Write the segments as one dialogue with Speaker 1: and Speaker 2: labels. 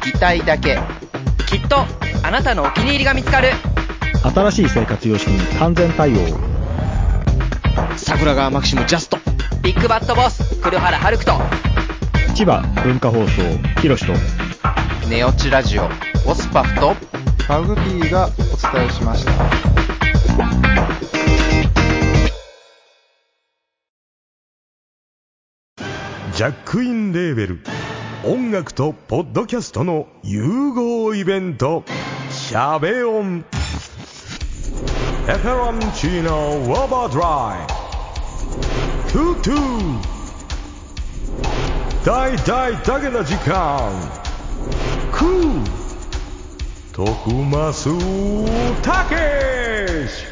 Speaker 1: 聞きたいだけきっとあなたのお気に入りが見つかる
Speaker 2: 新しい生活様式に完全対応。
Speaker 3: 桜川マキシムジャスト
Speaker 1: ビッグバットボス黒原遥人
Speaker 2: 千葉文化放送、ひろしと。
Speaker 1: ネオチラジオオスパフと
Speaker 4: マグピーがお伝えしました。
Speaker 5: ジャックインレーベル音楽とポッドキャストの融合イベント「シャベオン」「エフェロンチーノウォーバードライ」「トゥトゥ」「大大だけな時間」「クー」「徳マスたけし」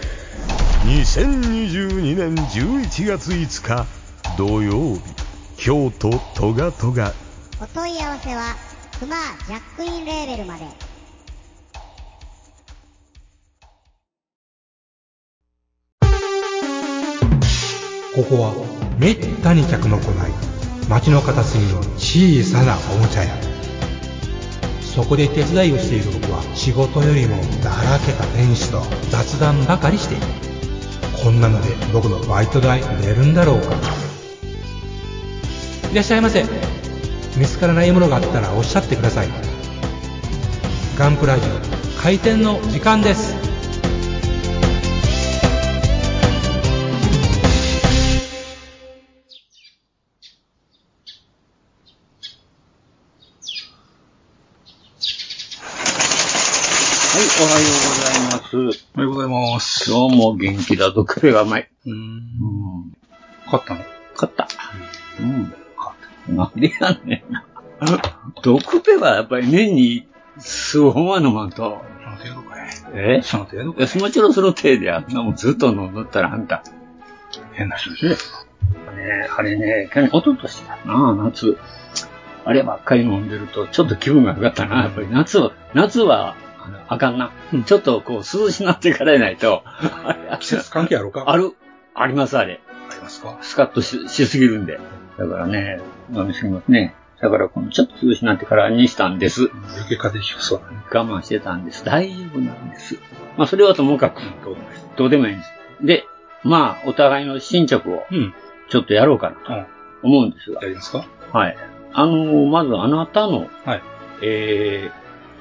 Speaker 5: 2022年11月5日土曜日京都トガトガ
Speaker 6: お問い合わせは、クマジャックインレーベルまで。
Speaker 7: ここはめったに客の来ない街の片隅の小さなおもちゃ屋そこで手伝いをしている僕は仕事よりもだらけた店主と雑談ばかりしているこんなので僕のバイト代出るんだろうかいらっしゃいませ見つからないものがあったらおっしゃってくださいガンプラジオ開店の時間です
Speaker 8: はい、おはようございます。おはようございます。どうも元気だぞ、クレが甘い。うーん。勝ったの勝った。うん、勝った。なんでやねんな。ドクペはやっぱり年に数本は飲まんと。
Speaker 7: その程度かい
Speaker 8: え
Speaker 7: その程度
Speaker 8: いやもちろんその程度や。んなもんずっと飲んどったらあんた。
Speaker 7: 変な人で
Speaker 8: ねあれね、去年、おととしだな、夏。あればっかり飲んでると、ちょっと気分が上がったな。やっぱり夏は、夏は、あのあかんな。ちょっとこう、涼しなってからやない と。あれ
Speaker 7: 季節関係あるか
Speaker 8: ある、あります、あれ。
Speaker 7: ありますか
Speaker 8: スカッとししすぎるんで。だからね、飲みすぎますね。だから、このちょっと涼しなってからにしたんです。
Speaker 7: 余計風邪ひくそうだね。
Speaker 8: 我慢してたんです。大丈夫なんです。まあ、それはともかく、どうでもいいんです。で、まあ、お互いの進捗を
Speaker 7: うん。
Speaker 8: ちょっとやろうか
Speaker 7: うん
Speaker 8: なと思うんですが。
Speaker 7: やりますか
Speaker 8: はい。あのーまずあなたの、
Speaker 7: はい
Speaker 8: え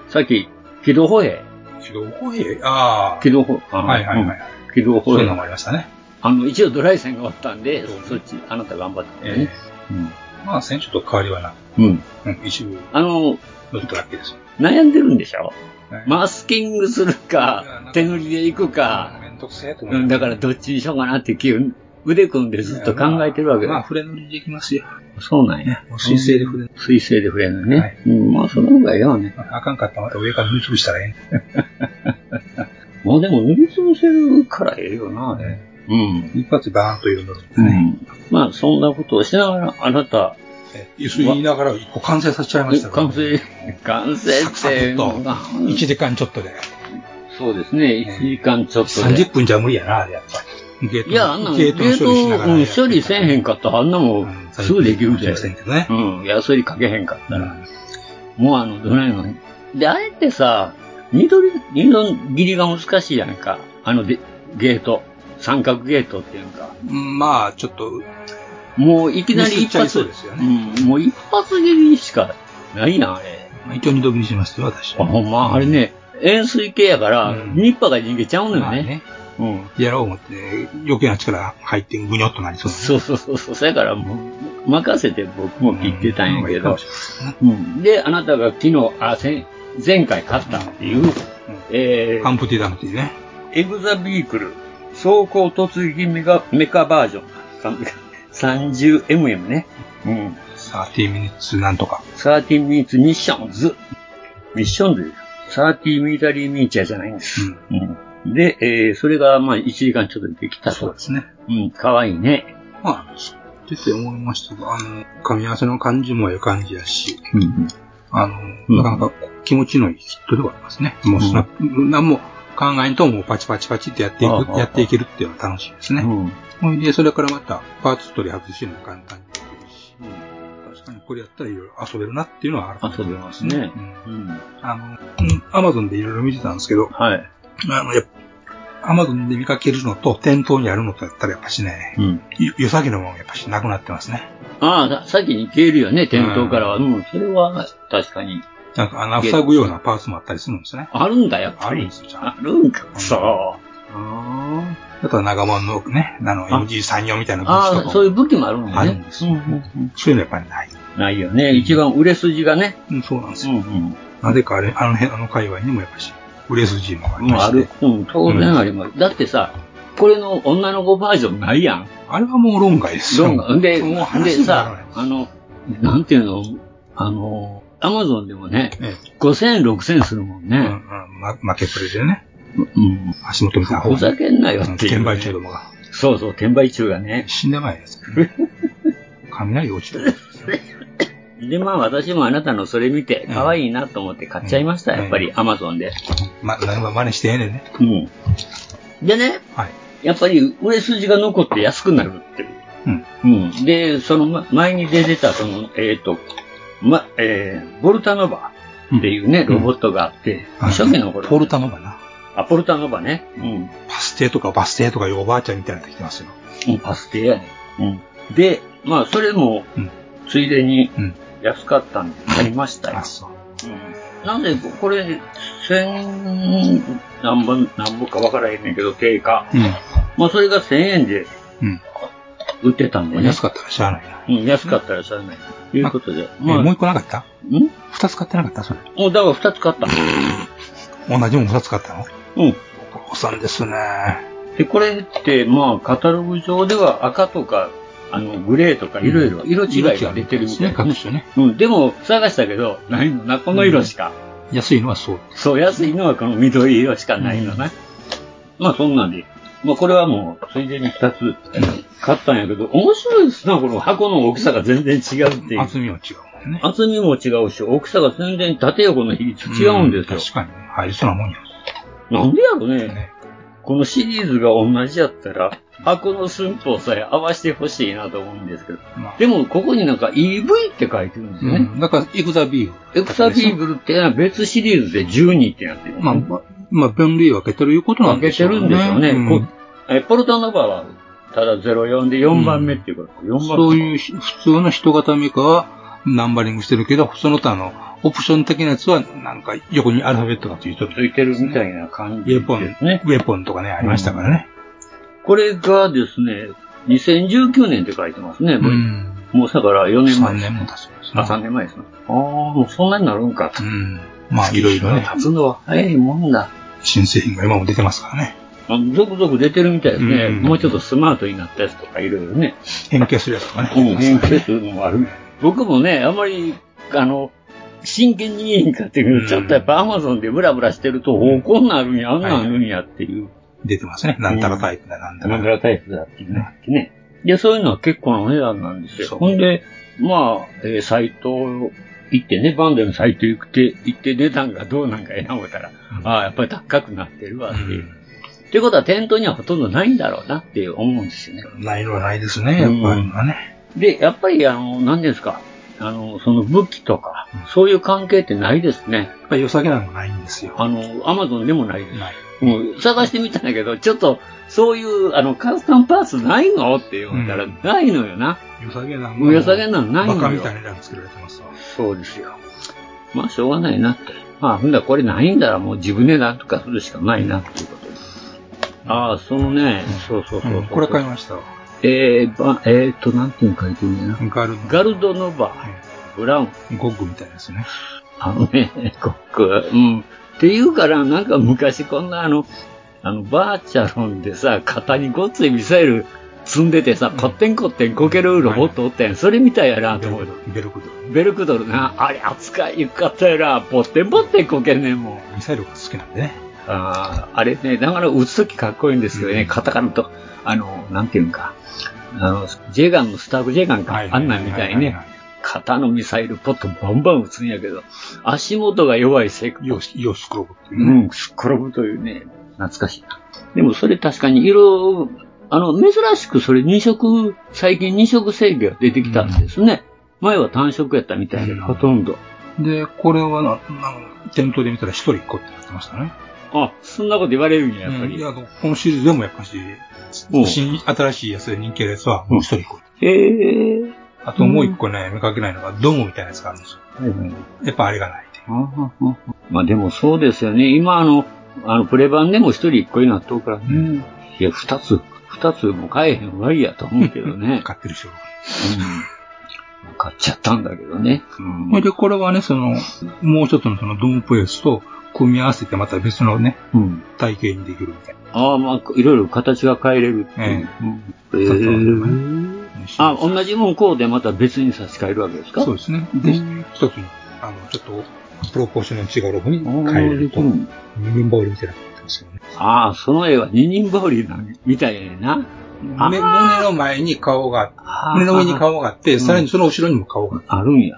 Speaker 8: ー、さっき、軌道歩兵。
Speaker 7: 軌道歩兵あ
Speaker 8: 軌道歩兵。。
Speaker 7: あ。はいはいはいい。
Speaker 8: うん軌道
Speaker 7: そう
Speaker 8: 歩
Speaker 7: いうの
Speaker 8: 兵。
Speaker 7: もありましたね。
Speaker 8: あの、一応ドライ線が終わったんで、
Speaker 7: そうね
Speaker 8: そっち、あなた頑張って
Speaker 7: え
Speaker 8: ね。
Speaker 7: えまあ、選手と変わりはな
Speaker 8: うん。うん。
Speaker 7: い。うん、一部
Speaker 8: あのー
Speaker 7: 乗っただけです。
Speaker 8: 悩んでるんでしょ
Speaker 7: はい
Speaker 8: マスキングす
Speaker 7: い
Speaker 8: る
Speaker 7: やなん
Speaker 8: か
Speaker 7: か、
Speaker 8: 手塗りで行くか、
Speaker 7: めんどくせえと思
Speaker 8: う
Speaker 7: うん
Speaker 8: ん、だからどっちにしようかなって気分、腕組んでずっと考えてるわけ
Speaker 7: まあ、
Speaker 8: だ。
Speaker 7: 触れ乗りできますよ。
Speaker 8: そうなんや。
Speaker 7: もう申請で触れ乗り。
Speaker 8: 水性で触れるのね。
Speaker 7: はい
Speaker 8: うん、まあ、その方がいいわね。
Speaker 7: あかんかったらまた上から塗りつぶしたらええね。
Speaker 8: まあでも塗りつぶせるからええよな、あれ。うん。
Speaker 7: 一発でバーンと色塗る。
Speaker 8: うん。まあ、そんなことをしながら、あなた、
Speaker 7: ええそれ言いながら一個完成させちゃいましたから。
Speaker 8: 完成、完成
Speaker 7: サクサ
Speaker 8: っ
Speaker 7: ク
Speaker 8: て、
Speaker 7: と
Speaker 8: まあ
Speaker 7: 1時間ちょっとで。
Speaker 8: そうですね、1時間ちょっとで。
Speaker 7: 30分じゃ無理やな、あれやっぱり。ゲート
Speaker 8: いや、あんな
Speaker 7: の
Speaker 8: の、
Speaker 7: ゲ
Speaker 8: ゲ
Speaker 7: ートの
Speaker 8: ート
Speaker 7: 処理しながらや
Speaker 8: うん
Speaker 7: って。
Speaker 8: 処理せえへんかったら、あんなもんすぐできる
Speaker 7: じ
Speaker 8: で
Speaker 7: ゃ。んけどね。
Speaker 8: うん、いや、それかけへんかったら。もうあの、どないので、あえてさ、二度り、二度切りが難しいやんか。あので、ゲート。三角ゲートっていうんか。
Speaker 7: うんまあ、ちょっと、
Speaker 8: もういきなり
Speaker 7: ミスっ
Speaker 8: 一
Speaker 7: ちゃい
Speaker 8: 発。
Speaker 7: そうですよね
Speaker 8: うん、もう一発切りしかないやん、あれ。
Speaker 7: まあ一応二度見にしましたよ、私。
Speaker 8: あ、ほんま、あれね、円錐系やから、
Speaker 7: うん
Speaker 8: ニッパが逃げちゃうの
Speaker 7: ま
Speaker 8: よ
Speaker 7: あ
Speaker 8: ね。
Speaker 7: ね。
Speaker 8: うん。
Speaker 7: やろう思って、余計な力入って、ぐにょっとなりそう。
Speaker 8: そうそうそうそう。そやからもう、任せて僕も切ってたんやけど。
Speaker 7: う
Speaker 8: うん。で、あなたが昨日、あ、前前回買ったっていう、え
Speaker 7: ん。
Speaker 8: ー
Speaker 7: アンプティダムっていうね。
Speaker 8: エグザビークル、走行突撃メガメカバージョン。30mm ね。うん。
Speaker 7: 30ミニッツなんとか。
Speaker 8: 30 minutes missions。ミッションズです。サーティーミリタリーミーチャーじゃないんです。うんで、えーそれが、まあ、1時間ちょっとできた
Speaker 7: そう
Speaker 8: と
Speaker 7: で。すね。
Speaker 8: うん、かわいいね。
Speaker 7: まあ、出て思いましたが、あの、噛み合わせの感じもええ感じやし、
Speaker 8: うん、
Speaker 7: あの、
Speaker 8: うん
Speaker 7: なかなか気持ちのいいヒットではありますね。もうスナップ、何も考えんともうパチパチパチってやってい
Speaker 8: あああ
Speaker 7: く、
Speaker 8: あ
Speaker 7: やっていけるっていうのは楽しいですね。
Speaker 8: うん。
Speaker 7: ほいで、それからまたパーツ取り外しも簡単にできるし、確かにこれやったらいろいろ遊べるなっていうのはある
Speaker 8: 遊べますね
Speaker 7: う。ん
Speaker 8: うん。
Speaker 7: あの、アマゾンでいろいろ見てたんですけど、
Speaker 8: はい。
Speaker 7: あの、やっアマゾンで見かけるのと店頭にあるのとやったらやっぱしね、
Speaker 8: うん。
Speaker 7: よ良さげなものがやっぱしなくなってますね。
Speaker 8: ああ、さ先に消えるよね、店頭からは。うん、それは確かに。
Speaker 7: なんか穴塞ぐようなパーツもあったりするんですね。
Speaker 8: あるんだ、やっ
Speaker 7: あ
Speaker 8: ぱ
Speaker 7: るん
Speaker 8: り
Speaker 7: で。すよ、ちゃんと
Speaker 8: あるんか、くそ。あ
Speaker 7: あとは長物のね、あの、
Speaker 8: あ
Speaker 7: MG34 みたいな武器と
Speaker 8: ーあ
Speaker 7: か
Speaker 8: ー、
Speaker 7: も
Speaker 8: そういう武器もあるんだ
Speaker 7: あるん
Speaker 8: ね。
Speaker 7: ですよ。そういうのやっぱりない。
Speaker 8: ないよね。一番売れ筋がね。
Speaker 7: うん、そうなんです
Speaker 8: うん
Speaker 7: よ。
Speaker 8: うん。
Speaker 7: なぜかあれ、あの辺、あの界隈にもやっぱし、売れ筋もあり
Speaker 8: もう
Speaker 7: ま
Speaker 8: あ
Speaker 7: す
Speaker 8: る
Speaker 7: ね。。
Speaker 8: うん、当然あります。だってさ、これの女の子バージョンないやん。
Speaker 7: あれはもう論外ですよ。
Speaker 8: どんが。で、
Speaker 7: もう
Speaker 8: で
Speaker 7: 話にならな
Speaker 8: さ
Speaker 7: い、
Speaker 8: あの、なんていうの、あの、アマゾンでもね、
Speaker 7: え
Speaker 8: 5000、6000するも
Speaker 7: え、
Speaker 8: ん
Speaker 7: うん
Speaker 8: ね。
Speaker 7: うんま負けプレでね、
Speaker 8: うん。
Speaker 7: 足元見た方
Speaker 8: ふ
Speaker 7: が。
Speaker 8: ざけんなよ
Speaker 7: うん
Speaker 8: っていう、
Speaker 7: 転売中どもが。
Speaker 8: そうそう、転売中がね。
Speaker 7: 死んで前ですから ね。雷落ちてる。
Speaker 8: で、まあ私もあなたのそれ見て
Speaker 7: う、ん
Speaker 8: 可愛いなと思って買っちゃいました、
Speaker 7: うん
Speaker 8: やっぱり、アマゾンで。
Speaker 7: ま、何も真似してええねんね。
Speaker 8: うん。でね、
Speaker 7: はい。
Speaker 8: やっぱり売れ筋が残って安くなるっていう。
Speaker 7: うん。
Speaker 8: うん。で、そのま前に出てた、その、えっ、と、ま、えー、ボルタノバっていうね、
Speaker 7: うん
Speaker 8: ロボットがあって、
Speaker 7: はい
Speaker 8: 初期の頃。
Speaker 7: ポルタのがな。
Speaker 8: あ、ポルタノバね。うん。
Speaker 7: バス停とかバス停とかいうおばあちゃんみたいになってきてますよ。
Speaker 8: うん、パステやね。うん。で、まあ、それも
Speaker 7: うん、
Speaker 8: ついでに
Speaker 7: うん、
Speaker 8: 安かったんで、買いましたよ
Speaker 7: あ、。そう。
Speaker 8: うん。なんで、これ、千、何本、何本か分からへんねんけど、定価。
Speaker 7: う
Speaker 8: まあ、それが1000円で
Speaker 7: ん。
Speaker 8: 売ってたんで
Speaker 7: うん。
Speaker 8: ね
Speaker 7: 安。かったらしゃあないな。
Speaker 8: うん、安かったらしゃあない。ということで。
Speaker 7: えもう
Speaker 8: う
Speaker 7: 一個なかった
Speaker 8: ん
Speaker 7: 二つ買ってなかったそれ。
Speaker 8: もうだから二つ買った。
Speaker 7: 同じもん二つ買ったの
Speaker 8: うん。
Speaker 7: お父さんですね。
Speaker 8: で、これって、まあ、カタログ上では赤とか、あの、グレーとか、いろいろ、色違いが出てるみたいな。
Speaker 7: 各種ね。
Speaker 8: うん、でも、探したけど、ないのな、この色しか。
Speaker 7: 安いのはそう。
Speaker 8: そう、安いのはこの緑色しかないのね。まあ、そんなんで。まあ、これはもう、ついでに二つ買ったんやけど、面白いですな、この箱の大きさが全然違うっていう。
Speaker 7: 厚みは違うもんね。
Speaker 8: 厚みも違うし、大きさが全然縦横の比率違うんですよ。
Speaker 7: 確かにね。入りそうなもんや。
Speaker 8: なんでやろね
Speaker 7: ね。
Speaker 8: このシリーズが同じやった ら、箱の寸法さえ合わせてほしいなと思うんですけど。
Speaker 7: まあ
Speaker 8: でも、ここになんか EV って書いてるんですよ
Speaker 7: う
Speaker 8: ね。
Speaker 7: ん。だから、エグザビーフ。
Speaker 8: エクサビーブルってのは別シリーズで12ってなってる。
Speaker 7: まあ、まあ、分類分けてるいうことなん
Speaker 8: 分
Speaker 7: で
Speaker 8: け
Speaker 7: してょう
Speaker 8: る
Speaker 7: ね。
Speaker 8: んでしょうね。
Speaker 7: ん
Speaker 8: こえポルタノバは、ただ04で4番目っていうこと。4番目。
Speaker 7: そういうひ普通の人型メーカーはナンバリングしてるけど、その他のオプション的なやつは、なんか横にアルファベットがついて
Speaker 8: つ
Speaker 7: る。
Speaker 8: いてるみたいな感
Speaker 7: ウ
Speaker 8: じ
Speaker 7: ェポン、
Speaker 8: ですね。
Speaker 7: ウェポンとかね、ありましたからね。
Speaker 8: これがですね、2019年って書いてますね。
Speaker 7: う。
Speaker 8: もうんもうだから4年
Speaker 7: 3
Speaker 8: 前。
Speaker 7: 年も経つんですね
Speaker 8: あ、3年前ですね。ああ、もうそんなになるんかと。
Speaker 7: うん。まあ、いろいろね、
Speaker 8: 立つのは早いもんだ。
Speaker 7: 新製品が今も出てますからね。
Speaker 8: あの続々出てるみたいですね。
Speaker 7: うん
Speaker 8: もうちょっとスマートになったやつとかいろいろね。
Speaker 7: 変形するやつとかね。
Speaker 8: うん、変形するのもある。 僕もね、あんまり、あの、真剣に見えへんかっていう
Speaker 7: うん
Speaker 8: ちょっとやっぱアマゾンでブラブラしてると、おこんなんあるんや、あんなんあるんやっていう。
Speaker 7: 出てますね。なんたらタイプだ、なんた
Speaker 8: な
Speaker 7: ら
Speaker 8: ん。だらタイプだっていうね。ね。で、そういうのは結構なお値段なんですよ。
Speaker 7: そう
Speaker 8: ほんで、まあ、えーサイト行ってね、バンドのサイト行って、行って値段がどうなんかえな思ったら、ああ、やっぱり高くなってるわっていう。っていうことは店頭にはほとんどないんだろうなって思うんですよね。
Speaker 7: うんないのはないですね、やっぱり今ね。
Speaker 8: で、やっぱり、あの、何ですか、あの、その武器とか、そういう関係ってないですね。
Speaker 7: やっぱり良さげなのがないんですよ。
Speaker 8: あの、アマゾンでもないです。
Speaker 7: ない。
Speaker 8: もう探してみたんだけど、ちょっと、そういう、あの、カスタムパーツないのって思ったら、
Speaker 7: うん
Speaker 8: ないのよな。
Speaker 7: 良さげな
Speaker 8: もう良さげなのないの
Speaker 7: バ
Speaker 8: よ
Speaker 7: カみたいなのが作られてますわ。
Speaker 8: そうですよ。まあ、しょうがないなって。まあ、ほんだらこれないんだらもう自分でなんとかするしかないなっていうことです。ああ、そのね、そうそうそうそう、
Speaker 7: うんこれ買いましたわ。
Speaker 8: えー、ば、えーっと、なんていうの書いてるんだよな。
Speaker 7: ガル
Speaker 8: ガルドノバ、ブラウン、
Speaker 7: ゴッグみたいなやつね。
Speaker 8: あのね、コック。うん。っていうから、なんか昔こんなあの、あの、バーチャロンでさ、型にごっついミサイル積んでてさ、こってんこってんこけるロボットおってん。それみたいやなと思う。
Speaker 7: ベルクドル。
Speaker 8: ベルクドルな。あれ、扱いよかったやな。ぼってんぼってんこけんねんもん。
Speaker 7: ミサイルが好きなんでね。
Speaker 8: あーあれね、ながら撃つときかっこいいんですけどね、カタカナと、あの、なんていうんか、あの、ジェガンのスタークジェガンか、あんなんみたいにね、。型のミサイルポットバンバン撃つんやけど、足元が弱いせいか、
Speaker 7: よし、よし、黒子っていううね。
Speaker 8: ん、すっ転ぶというね、懐かしいな。でもそれ確かに色、あの、珍しくそれ二色、最近二色制御が出てきたんですね。前は単色やったみたいやけど、
Speaker 7: うん
Speaker 8: ほとんど。
Speaker 7: で、これはな、なん店頭で見たら一人一個ってなってましたね。
Speaker 8: あ、そんなこと言われるんや、やっぱ
Speaker 7: うん
Speaker 8: り。
Speaker 7: いや、このシリーズでもやっぱし、
Speaker 8: おう
Speaker 7: 新、新しいやつで人気のやつはもう一人一個。
Speaker 8: へえ。
Speaker 7: あともう一個ね、見かけないのが、ドムみたいなやつがあるんですよ。やっぱあれがない。
Speaker 8: まあでもそうですよね。今あの、あの、プレ版でも一人一個になっとうからね。いや、二つ、二つも買えへんわいやと思うけ どね。
Speaker 7: 買ってる人が。
Speaker 8: うん買っちゃったんだけどね。うん
Speaker 7: ほいで、これはね、その、もう一つのそのドムっぽいやつと組み合わせてまた別のね、
Speaker 8: うん
Speaker 7: 体型にできるみたいな。
Speaker 8: ああ、まあ、いろいろ形が変えれるっていう。
Speaker 7: え
Speaker 8: へーあ、同じもんこうでまた別に差し替えるわけですか
Speaker 7: そう
Speaker 8: う
Speaker 7: ですね。で、一つに、あの、ちょっと、プロポーションの違うロゴに変えれると、人間ボールみたいになってますよね。
Speaker 8: ああ、その絵は二人羽織なんみたいやな。あー
Speaker 7: 胸胸の前に顔があって、
Speaker 8: あー
Speaker 7: 胸の上に顔があって、
Speaker 8: ん
Speaker 7: さらにその後ろにも顔があって、
Speaker 8: あるんや。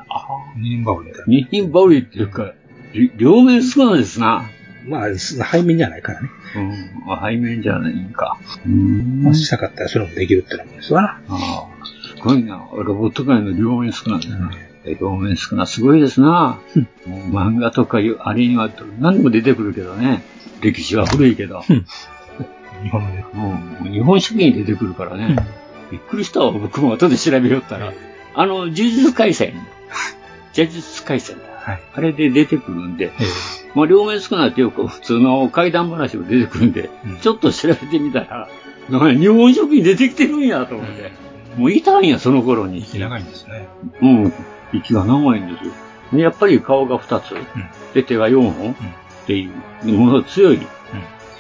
Speaker 7: 二人羽織みたい
Speaker 8: 二人羽織っていうか、り両面少ないですな。
Speaker 7: な。まあ、背面じゃないからね。
Speaker 8: うん、背面じゃないんか。
Speaker 7: まあ、したかったらそれもできるってのもですわな。
Speaker 8: ああ、すごいな。ロボット界の両面少ないね。両面少な、すごいですな。もう漫画とかいう、あれには何でも出てくるけどね。歴史は古いけど。
Speaker 7: 日本のね
Speaker 8: うん、日本書紀に出てくるからね。びっくりしたわ、僕も後で調べよったら。あの、呪術廻戦。呪術廻戦だ。
Speaker 7: はい
Speaker 8: あれで出てくるんで。
Speaker 7: ええ
Speaker 8: まあ、両面少ないってよく普通の怪談話も出てくるんで、
Speaker 7: うん
Speaker 8: ちょっと調べてみたら、なんか日本食に出てきてるんやと思って、もういたんや、その頃に。
Speaker 7: 長いんですね。
Speaker 8: うん、息が長いんですよ。でやっぱり顔が2つ、で手が4本、っていう、もの強い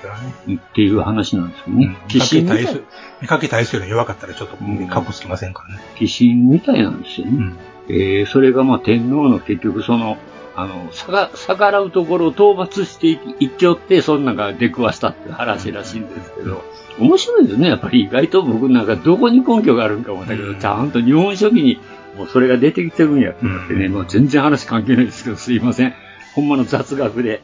Speaker 7: それはね。
Speaker 8: っていう話なんですよ
Speaker 7: う
Speaker 8: ね
Speaker 7: ん。
Speaker 8: 鬼神みたい
Speaker 7: 見かけ対す見かけ対するの弱かったらちょっと
Speaker 8: うん
Speaker 7: カッコつきませんからね。
Speaker 8: 鬼神みたいなんですよね。
Speaker 7: うん
Speaker 8: えーそれがまあ天皇の結局その、あの、逆逆らうところを討伐していきいっきょって、そんなんが出くわしたって話らしいんですけど、面白いですね、やっぱり意外と僕なんかどこに根拠があるんか思ったけど、
Speaker 7: うん
Speaker 8: ちゃんと日本書紀にもうそれが出てきてるんやと思ってね、もう全然話関係ないですけど、すいません。ほんまの雑学で。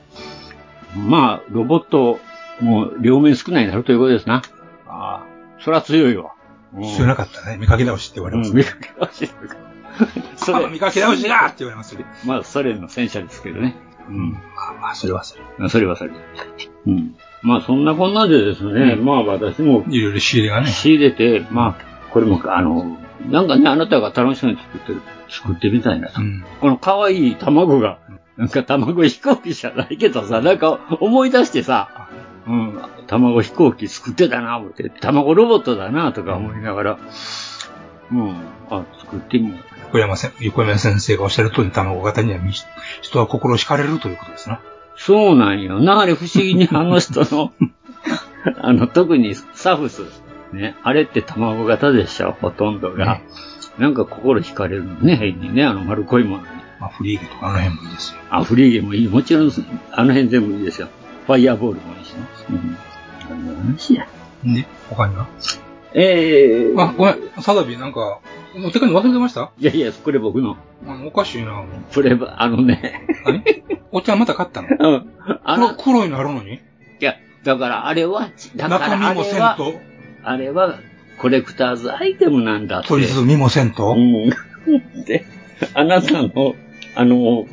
Speaker 8: まあ、ロボット、もう両面少ないになるということですな。ああ、そら強いわ。うん
Speaker 7: 必要なかったらね、見かけ倒しって言われ
Speaker 8: う
Speaker 7: ます
Speaker 8: ん、
Speaker 7: ね。
Speaker 8: 見かけ倒しと かそ
Speaker 7: あ
Speaker 8: れ、
Speaker 7: 見かけ倒しだって言われますよ。
Speaker 8: まあ、ソ連の戦車ですけどね。うん。
Speaker 7: あまあ、それはそれ。
Speaker 8: それはそれで。うん。まあ、そんなこんなでですね、まあ、私も
Speaker 7: いろいろ仕入れがね。
Speaker 8: 仕入れて、まあ、これも、あの、なんかね、あなたが楽しそうに作ってる、作ってみたいなと。
Speaker 7: うん。
Speaker 8: この可愛い卵が、なんか卵飛行機じゃないけどさ、なんか思い出してさ、うん、卵飛行機作ってたな、思って、卵ロボットだな、とか思いながら、うん、あ、作ってみよう。
Speaker 7: 横山せん横山先生がおっしゃる通り、卵型にはみ人は心惹かれるということですな。
Speaker 8: そうなんよな。あれ不思議にあの人 の、あの、特にサフス。ね、あれって卵型でしょ、ほとんどが。なんか心惹かれるのね、変にね、あの丸っこいものに。
Speaker 7: まあ、フリーゲとかあの辺もいいですよ。
Speaker 8: あ、フリーゲもいい。もちろん、あの辺全部いいですよ。ファイヤーボールもいいしね。うん。何の話や。
Speaker 7: で、他には
Speaker 8: ええ
Speaker 7: あ、ごめん、サダビなんか、お手紙忘れてました
Speaker 8: いやいや、これ僕の、
Speaker 7: あのおかしいな。
Speaker 8: プレバ、あのね、
Speaker 7: 何 お茶また買ったの
Speaker 8: うんあの、
Speaker 7: 黒
Speaker 8: い
Speaker 7: 黒いのあるのに
Speaker 8: や、だからあれは、だから
Speaker 7: 中
Speaker 8: あ
Speaker 7: 身も
Speaker 8: れ
Speaker 7: せん
Speaker 8: は、
Speaker 7: と
Speaker 8: あれはコレクターズアイテムなんだって。
Speaker 7: 取りずみもせんと
Speaker 8: うん。で、あなたの、あの、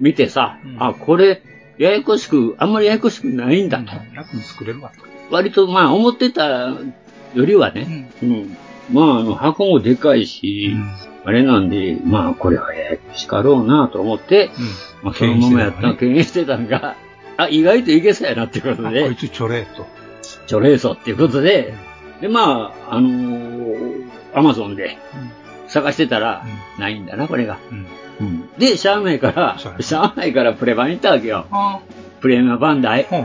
Speaker 8: 見てさ、
Speaker 7: うん
Speaker 8: あ、これ、ややこしく、あんまりややこしくないんだと。
Speaker 7: 楽に作れるわと。
Speaker 8: 割と、まあ、思ってたよりはね、うん。まあ、あの、箱もでかいし、あれなんで、まあ、これはややこしかろうなと思って、まあ、そのままやった、敬遠してたんが、あ、意外といけそうやなっていうこと
Speaker 7: あこ
Speaker 8: で
Speaker 7: い、つチョレーと。
Speaker 8: チョレーソっていうことで、で、まあ、あのー、アマゾンで探してたら、ないんだな、これが。
Speaker 7: うん
Speaker 8: で、上海から
Speaker 7: そうや、ね
Speaker 8: 上海からプレバンに行ったわけよ。
Speaker 7: あ
Speaker 8: プレマバンダイ。
Speaker 7: あ、うん。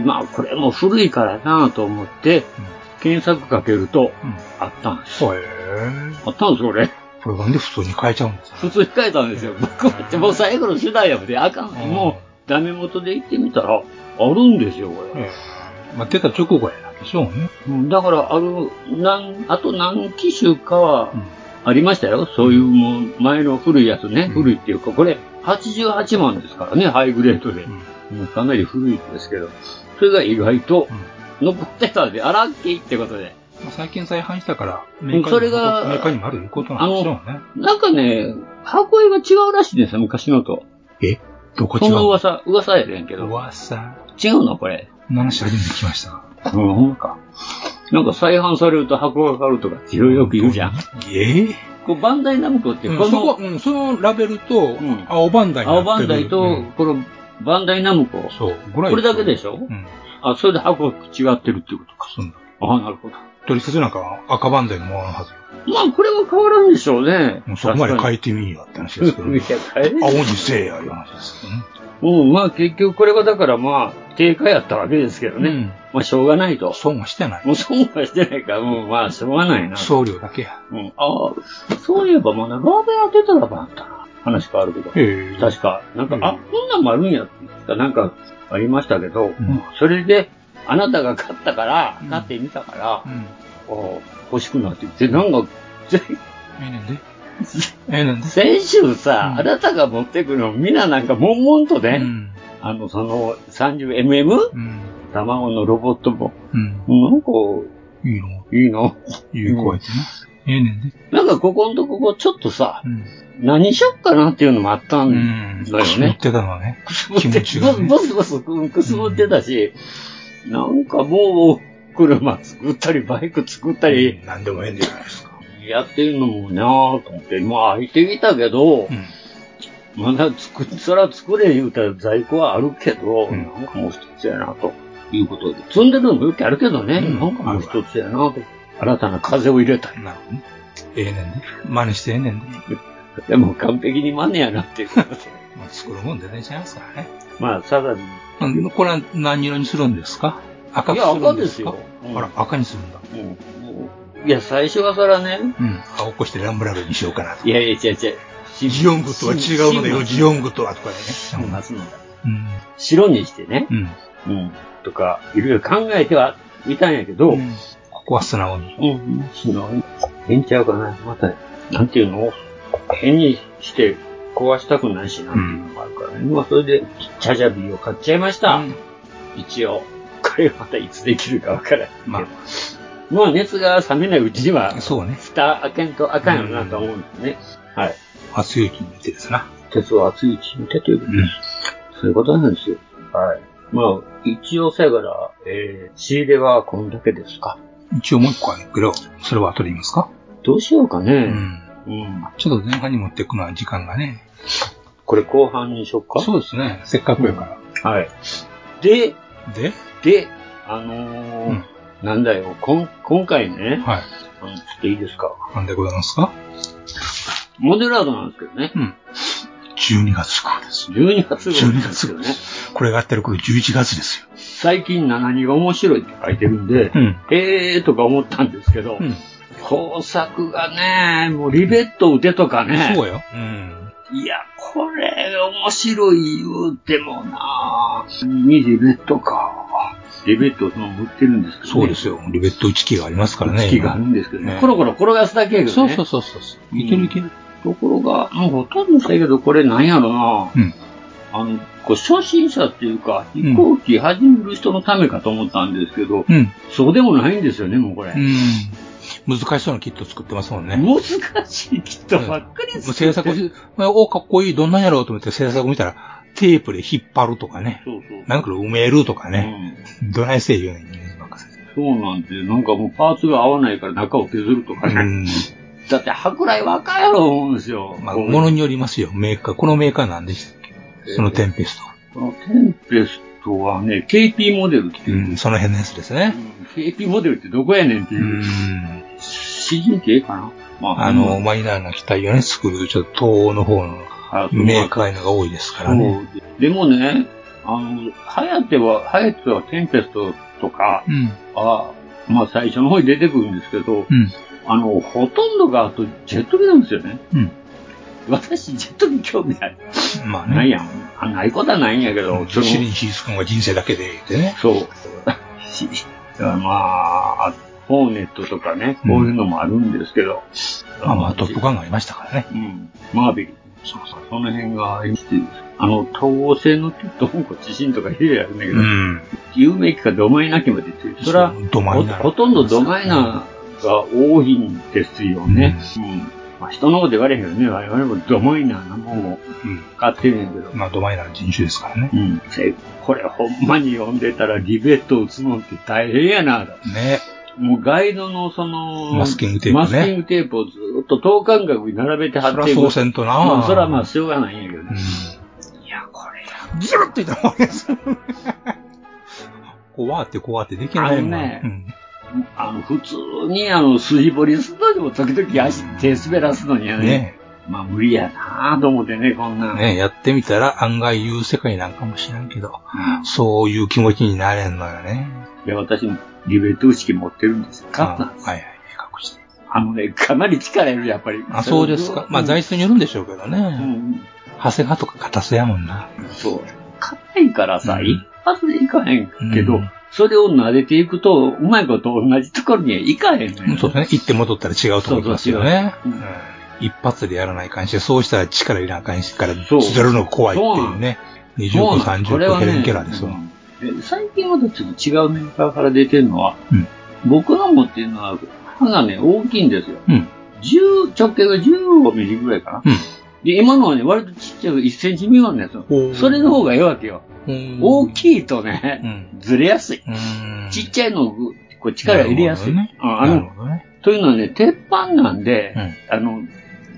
Speaker 8: でまあ、これも古いからなと思って、検索かけると、あったんです。あったんです、これ。
Speaker 7: これなんで普通に変えちゃうんです
Speaker 8: 普通に変えたんですよ。僕はもう最後の手段やもんで、あかん。もう、ダメ元で行ってみたら、あるんですよ、これ。
Speaker 7: まあ、出た直後やなでしょうね。
Speaker 8: うんだから、ある、なん、あと何機種かは、ありましたよ。そういう、もう、前の古いやつね。古いっていうか、これ、88万ですからね、ハイグレードで。うんかなり古いですけど、それが意外と、残ってたんで、荒っきいってことで。
Speaker 7: まあ、最近再販したから、メ
Speaker 8: う
Speaker 7: ー
Speaker 8: ん
Speaker 7: カーにも
Speaker 8: それが
Speaker 7: メーカーにもあるいうことな
Speaker 8: あ
Speaker 7: んで
Speaker 8: の
Speaker 7: しょうね。、
Speaker 8: なんかね、箱絵が違うらしいですよ、昔のと。
Speaker 7: えどこ違
Speaker 8: その
Speaker 7: う
Speaker 8: 噂、噂やねんけど。
Speaker 7: 噂。
Speaker 8: 違うのこれ。
Speaker 7: 何し始めてきました。
Speaker 8: うん、ほんまか。なんか再販されると箱がかかるとかってよく言うじゃん。
Speaker 7: ええ
Speaker 8: こうバンダイナムコって、こ
Speaker 7: うん
Speaker 8: の、
Speaker 7: そこ、うん、そのラベルと
Speaker 8: ん、
Speaker 7: 青バンダイにな
Speaker 8: 青
Speaker 7: ってる
Speaker 8: バンダイ
Speaker 7: う
Speaker 8: と
Speaker 7: ん、
Speaker 8: このバンダイナムコ。
Speaker 7: そう、ぐらい
Speaker 8: これだけでしょ
Speaker 7: うん。
Speaker 8: あ、それで箱が違ってるっていうことか。
Speaker 7: そうなんだ
Speaker 8: あ、なるほど。
Speaker 7: 取り捨てなんか赤バンダイのもののはずよ。
Speaker 8: まあ、これは変わらんでしょうね。
Speaker 7: もうそこまで変
Speaker 8: い
Speaker 7: えてみいよって話
Speaker 8: て
Speaker 7: ですけど、
Speaker 8: る。いや変えれん
Speaker 7: 青にせえやいう話ですけどね。
Speaker 8: うん、まあ結局これはだからまあ、定価やったわけですけどね。
Speaker 7: うん
Speaker 8: まあ、しょうがないと。
Speaker 7: 損はしてない。
Speaker 8: もう損はしてないから、もうまあ、しょうがないな。
Speaker 7: 送料だけや。
Speaker 8: うん、ああ、そういえばまだラーメン当てたらばあったな。話変わるけど。
Speaker 7: ええ
Speaker 8: 確か、なんか、
Speaker 7: うん
Speaker 8: あ、こんなんもあるんやって、なんかありましたけど、
Speaker 7: ん
Speaker 8: それで、あなたが買ったから、買ってみたから、
Speaker 7: う
Speaker 8: あ
Speaker 7: ん。
Speaker 8: あ欲しくなってきて、なんか、 ぜ
Speaker 7: ええねんで。ええねんで。
Speaker 8: 先週さ、
Speaker 7: うん
Speaker 8: あなたが持ってくの、みんななんか、もんもんとね、
Speaker 7: うん。
Speaker 8: あの、その、30mm?
Speaker 7: うん。
Speaker 8: 卵のロボットも、
Speaker 7: うん。
Speaker 8: なんか、
Speaker 7: いいの
Speaker 8: いいの
Speaker 7: いい声でね。ええねんで。
Speaker 8: なんか、ここんとこ、こうちょっとさ、
Speaker 7: うん。
Speaker 8: 何しよっかなっていうのもあったんだよ
Speaker 7: うん。
Speaker 8: ね。
Speaker 7: 持ってたのはね。気持ちがね
Speaker 8: ボスボスボスくすぶってたし、なんかもう、車作ったり、バイク作ったり、
Speaker 7: 何でもええんじゃないですか。
Speaker 8: やってるのもなぁと思って、まあ空いてきたけど
Speaker 7: う、ん。
Speaker 8: まだ作っ、そら作れ言うたら在庫はあるけど、
Speaker 7: うん
Speaker 8: なんかもう一つやなということで、積んでるのもよくあるけどね、
Speaker 7: うん
Speaker 8: なんかもう一つやなと、新たな風を入れたり。
Speaker 7: なるほどね。ええねんで。真似してええねんで。
Speaker 8: でも完璧にマネやなっていうことで。
Speaker 7: まあ、作るもんでね、ちゃい ますからね。
Speaker 8: まあ、さらに、
Speaker 7: うんこれは何色にするんですか赤
Speaker 8: い
Speaker 7: く
Speaker 8: や、
Speaker 7: する
Speaker 8: 赤
Speaker 7: ん
Speaker 8: で
Speaker 7: ですすか
Speaker 8: よ。うん
Speaker 7: あら、赤にするんだ。
Speaker 8: うんいや、最初はそらね、
Speaker 7: うん。青こしてランブラベルにしようかなと。
Speaker 8: いやいや、違う違う。
Speaker 7: ジオングとは違うのだよ、ジオングとはとかね。
Speaker 8: 新松の
Speaker 7: うん。
Speaker 8: 白にしてね、
Speaker 7: うん。
Speaker 8: うん、とか、いろいろ考えてはいたんやけど、うん、
Speaker 7: ここは素直に。
Speaker 8: 素直に変ちゃうかな、また、なんていうの変にして壊したくないしな、
Speaker 7: うん
Speaker 8: っていうのもあるからね。まあ、それで、チャジャビーを買っちゃいました。一応。これまたいつできるかわからん。
Speaker 7: まあ、
Speaker 8: もう熱が冷めないうちには、
Speaker 7: そうね。
Speaker 8: 蓋開けんとあかんよなと思うんですね。はい。
Speaker 7: 初雪に出てですな。
Speaker 8: 鉄を熱いうちに手ということ
Speaker 7: うん。
Speaker 8: そういうことなんですよ。はい。まあ、一応せやから、えー、仕入れはこんだけですか。
Speaker 7: 一応もう一個あるけど、それは後で言いますか
Speaker 8: どうしようか
Speaker 7: う
Speaker 8: ね。
Speaker 7: ん。
Speaker 8: うん。
Speaker 7: ちょっと前半に持っていくのは時間がね。
Speaker 8: これ後半にしよっか。
Speaker 7: そうですね。せっかくやか
Speaker 8: はい。で、
Speaker 7: ら。で
Speaker 8: で、あのー
Speaker 7: うん
Speaker 8: なんだよ、こん、今回ね、
Speaker 7: はい。
Speaker 8: あのちょっといいですか。
Speaker 7: なんでございますか
Speaker 8: モデラードなんですけどね。
Speaker 7: うん。12月号です。
Speaker 8: 12月号なん
Speaker 7: 12
Speaker 8: で
Speaker 7: 月
Speaker 8: すけど
Speaker 7: 号
Speaker 8: ね
Speaker 7: で。す。これがやってる頃11月ですよ。
Speaker 8: 最近72が面白いって書いてるんで、
Speaker 7: うん。
Speaker 8: えーとか思ったんですけど、
Speaker 7: うん。
Speaker 8: 工作がね、もうリベット腕とかね。
Speaker 7: そうよ。うん。
Speaker 8: いや、これ、面白い言うてもなぁ。にリベットか。リベットをその売ってるんですけどね。
Speaker 7: そうですよ。リベット打ち機がありますからね。
Speaker 8: 月があるんですけどね。
Speaker 7: ね
Speaker 8: コロコロ転がすだけやけどね。
Speaker 7: そうそうそうそう。いけるいける。
Speaker 8: ところが、もうほとんどだけど、これなんやろな
Speaker 7: うん。
Speaker 8: あの、こう初心者っていうか、飛行機始める人のためかと思ったんですけど、
Speaker 7: うん。
Speaker 8: そうでもないんですよね、もうこれ。
Speaker 7: うん。難しそうなキット作ってますもんね。も
Speaker 8: 難しいキットばっかり
Speaker 7: う制作し、お、かっこいい、どんなんやろうと思って制作見たら、テープで引っ張るとかね。
Speaker 8: そうそう。
Speaker 7: なんか埋めるとか
Speaker 8: う
Speaker 7: ね。
Speaker 8: ん
Speaker 7: どないせいようなイメージばっかり。
Speaker 8: そうなんで、なんかもうパーツが合わないから中を削るとか
Speaker 7: う
Speaker 8: ね。
Speaker 7: ん。
Speaker 8: だって、舶来若いやろ思うんですよ。
Speaker 7: まあ、
Speaker 8: こう
Speaker 7: ものによりますよ。メーカー。このメーカーなんでしたっけそのテンペスト。
Speaker 8: このテンペストはね、KP モデルって
Speaker 7: う
Speaker 8: いう。
Speaker 7: ん、その辺のやつですね。
Speaker 8: KP モデルってどこやねんって
Speaker 7: う
Speaker 8: いう。
Speaker 7: ん。
Speaker 8: 詩人系かなま
Speaker 7: あの、、マイナーな機体をね、作る、ちょっと東欧の方の
Speaker 8: あの
Speaker 7: メーカーのが多いですからね。
Speaker 8: そうででもね、あの、ハヤテは、ハヤテはテンペストとか、
Speaker 7: うん。
Speaker 8: あまあ最初の方に出てくるんですけど、
Speaker 7: うん。
Speaker 8: あの、ほとんどがあとジェット機なんですよね。
Speaker 7: うん。
Speaker 8: 私、ジェット機興味ない。
Speaker 7: まあね。
Speaker 8: ないやん。あないことはないんやけど、
Speaker 7: 女子に火つくんは人生だけで、ってね。
Speaker 8: そう。 しまあ、ホーネットとかね、こういうのもあるんですけど。
Speaker 7: まあまあ、トップガンがありましたからね。
Speaker 8: うん。マーヴェリック。そうそう。その辺が NHK です。あの、東欧製のドンコ地震とかいろいろあるんだけ
Speaker 7: う
Speaker 8: ど、
Speaker 7: ん。
Speaker 8: 有名機かドマイナ機までついてる。それは、
Speaker 7: ドマ
Speaker 8: ほ
Speaker 7: イナー
Speaker 8: ほとんどドマイナが多いんですよね。うん。まあ、人のこと言われへんよね。我々もドマイナなもんを
Speaker 7: うん。
Speaker 8: 買ってるんやけど。
Speaker 7: まあ、ドマイナー人種ですからね。
Speaker 8: うん。せこれほんまに読んでたらリベット打つのって大変やな。
Speaker 7: ね。
Speaker 8: もうガイドのその、
Speaker 7: マスキングテープね
Speaker 8: マスキングテープをずっと等間隔に並べて貼
Speaker 7: そ
Speaker 8: っ
Speaker 7: ら
Speaker 8: ていく。
Speaker 7: そうせんとな。
Speaker 8: まあ、それはまあ、しょうがないんやけど
Speaker 7: う
Speaker 8: ね。
Speaker 7: ん。
Speaker 8: いや、これや。
Speaker 7: ギュッといったら終わりです。 こわーってこわーってできないもんな
Speaker 8: あのね
Speaker 7: うん。
Speaker 8: あの、普通に、あの、筋彫りするのにも時々足、手滑らすのにはね。
Speaker 7: ね
Speaker 8: まあ、無理やなぁと思ってね、こんなん。
Speaker 7: ねやってみたら案外言う世界なんかもしらんけど、そういう気持ちになれんのよね。
Speaker 8: いや、私もリベット打ち機持ってるんですよ。買ったん
Speaker 7: あ
Speaker 8: です。
Speaker 7: はいはい、隠して。
Speaker 8: あのね、かなり力いる、やっぱり。
Speaker 7: あ、そうですか。まあ、材質によるんでしょうけど
Speaker 8: う
Speaker 7: ね。
Speaker 8: ん、
Speaker 7: 長谷川とか片瀬やもんな。
Speaker 8: そう。硬いからさ、
Speaker 7: うん
Speaker 8: 一発でいかへんけど、
Speaker 7: うん
Speaker 8: それを撫でていくと、うまいこと同じところにはいかへんね。
Speaker 7: そうですね。行って戻ったら違うとこ行きますよね。
Speaker 8: そうそ
Speaker 7: う
Speaker 8: う違う
Speaker 7: ん一発でやらない感じで、そうしたら力いらん感じから
Speaker 8: そう
Speaker 7: ずれるのが怖いっていうね。20
Speaker 8: そう
Speaker 7: 個、
Speaker 8: なんこ
Speaker 7: 30
Speaker 8: れ
Speaker 7: 個
Speaker 8: は
Speaker 7: ヘ
Speaker 8: ね
Speaker 7: レンケラーですわ。
Speaker 8: うんえ最近またちょっと違うメーカーから出てるのは、
Speaker 7: うん
Speaker 8: 僕のもっていうのは、歯がね、大きいんですよ。
Speaker 7: うん。
Speaker 8: 10直径が15ミリぐらいかな。
Speaker 7: うん
Speaker 8: で、今のはね、割とちっちゃく1センチ未満のやつ
Speaker 7: ほう。
Speaker 8: それの方がいいわけよ。大
Speaker 7: い。
Speaker 8: きいとね、
Speaker 7: うん。
Speaker 8: ずれやすい。
Speaker 7: うん
Speaker 8: ちっちゃいのをぐこう力入れやすい。
Speaker 7: なるほ
Speaker 8: ああ
Speaker 7: どね。なる
Speaker 8: の、
Speaker 7: ほどね。
Speaker 8: というのはね、鉄板なんで、
Speaker 7: うん
Speaker 8: あの、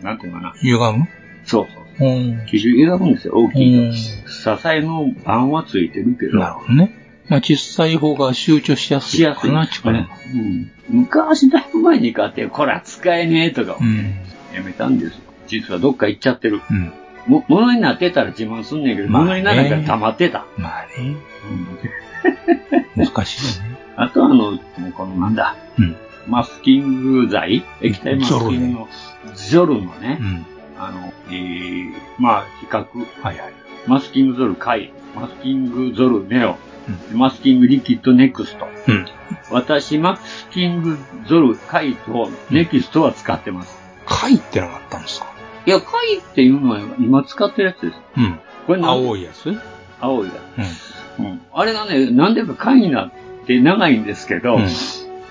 Speaker 8: なんていうのかな。
Speaker 7: 歪む
Speaker 8: そうそう。
Speaker 7: うん。
Speaker 8: 基準歪むんですよ、大きいと。
Speaker 7: うん
Speaker 8: 支えの板はついてるけど、
Speaker 7: なるほどね。まあ、小さい方が集中しやすい
Speaker 8: しや
Speaker 7: の
Speaker 8: す
Speaker 7: か
Speaker 8: い
Speaker 7: な、力が。
Speaker 8: うん、昔だいぶ前に買って、こら使えねえとか
Speaker 7: う、ん。
Speaker 8: やめたんですよ。実はどっか行っちゃってる。
Speaker 7: うん。
Speaker 8: も、物になってたら自慢すんねんけど、
Speaker 7: まあね
Speaker 8: 物にならんから溜まってた。
Speaker 7: まあね、
Speaker 8: うん
Speaker 7: 難しいよね。
Speaker 8: あとあの、もうこのなんだ、
Speaker 7: うん
Speaker 8: マスキング剤液体マスキングの、ジョルのね、
Speaker 7: うん。
Speaker 8: あの、えー、まあ、比較、
Speaker 7: はいはい。
Speaker 8: マスキングゾルカイ、マスキングゾルネオ、
Speaker 7: う
Speaker 8: マスキングリキッドネクスト。
Speaker 7: うん。
Speaker 8: 私、マスキングゾルカイとネクストは使ってます。
Speaker 7: 貝ってなかったんですか
Speaker 8: いや、カイっていうのは今使ってるやつです。
Speaker 7: うん。
Speaker 8: これなん
Speaker 7: 青いやつうん。
Speaker 8: 青いやつ。うん。あれがね、なんでかカイになって長いんですけど、
Speaker 7: うん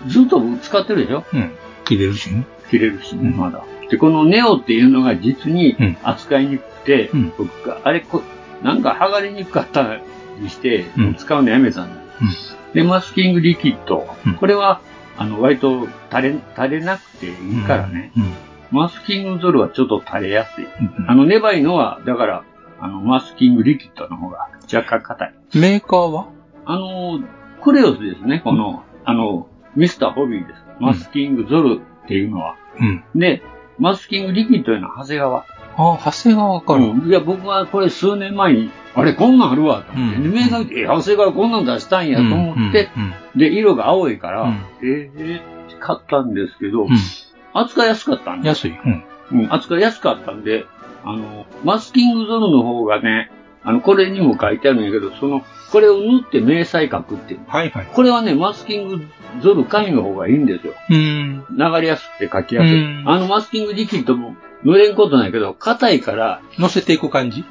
Speaker 8: ずっと使ってるでしょ
Speaker 7: うん。切れるしね。
Speaker 8: 切れるしね、
Speaker 7: うん
Speaker 8: まだ。で、このネオっていうのが実に
Speaker 7: うん
Speaker 8: 扱いにくくて、
Speaker 7: うん
Speaker 8: 僕が、あれこ、なんか剥がれにくかったりして、
Speaker 7: うん
Speaker 8: 使うのやめたんだ、
Speaker 7: うん
Speaker 8: で、マスキングリキッド。
Speaker 7: うん
Speaker 8: これは、あの、割と垂れ、垂れなくていいからね。
Speaker 7: うん。
Speaker 8: マスキングゾルはちょっと垂れやすい。
Speaker 7: うん
Speaker 8: あの、粘いのは、だから、あの、マスキングリキッドの方が若干硬い。
Speaker 7: メーカーは
Speaker 8: あの、クレオスですね、この、あの、ミスターホビーです。マスキングゾルっていうのは、
Speaker 7: うん。
Speaker 8: で、マスキングリキッドいうのは長谷川。
Speaker 7: ああ、長谷川から。うん。
Speaker 8: うんいや、僕はこれ数年前に、あれ、こんなんあるわ、と思って。
Speaker 7: うん
Speaker 8: で、メーカーで、え長谷川こんなん出したんや、と思って、
Speaker 7: うん。
Speaker 8: で、色が青いから、
Speaker 7: うん
Speaker 8: えーえーって買ったんですけど、
Speaker 7: うん
Speaker 8: 扱いやすかったん
Speaker 7: うん。
Speaker 8: で、
Speaker 7: 安い。うん。
Speaker 8: うん、扱いやすかったんで、あの、マスキングゾルの方がね、あの、これにも書いてあるんやけど、その、これを縫って迷彩角っていう。
Speaker 7: はいはい。
Speaker 8: これはね、マスキングゾル貝の方がいいんですよ。
Speaker 7: うん。
Speaker 8: 流れやすくて書きやす
Speaker 7: う
Speaker 8: い
Speaker 7: ん。
Speaker 8: あのマスキングリキッドも塗れんことないけど、硬いから、
Speaker 7: 乗せていく感じ
Speaker 8: ん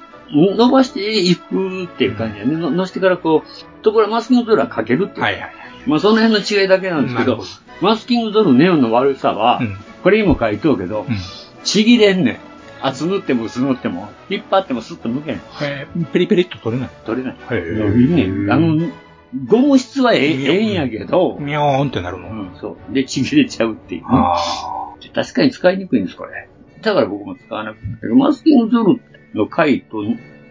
Speaker 8: 伸ばしていくっていう感じやね。の伸してからこう、ところがマスキングゾルはかけるっていう。
Speaker 7: はいはい。
Speaker 8: まあその辺の違いだけなんですけ
Speaker 7: なる
Speaker 8: ど
Speaker 7: ほ、
Speaker 8: マスキングゾルネオンの悪さは、
Speaker 7: うん。
Speaker 8: これにも書いとうけど、
Speaker 7: うん。
Speaker 8: ちぎれんねん。厚塗っても薄塗っても、引っ張ってもスッと抜けん。
Speaker 7: えーペリペリっと取れない。
Speaker 8: 取れない。
Speaker 7: へ
Speaker 8: 伸びんねん。あの、ゴム質はええええんやけど、
Speaker 7: にゃーんってなる
Speaker 8: う
Speaker 7: の。
Speaker 8: ん、そう。で、ちぎれちゃうっていう。
Speaker 7: ああ。
Speaker 8: 確かに使いにくいんです、これ。だから僕も使わなくて。マスキングゾルの貝と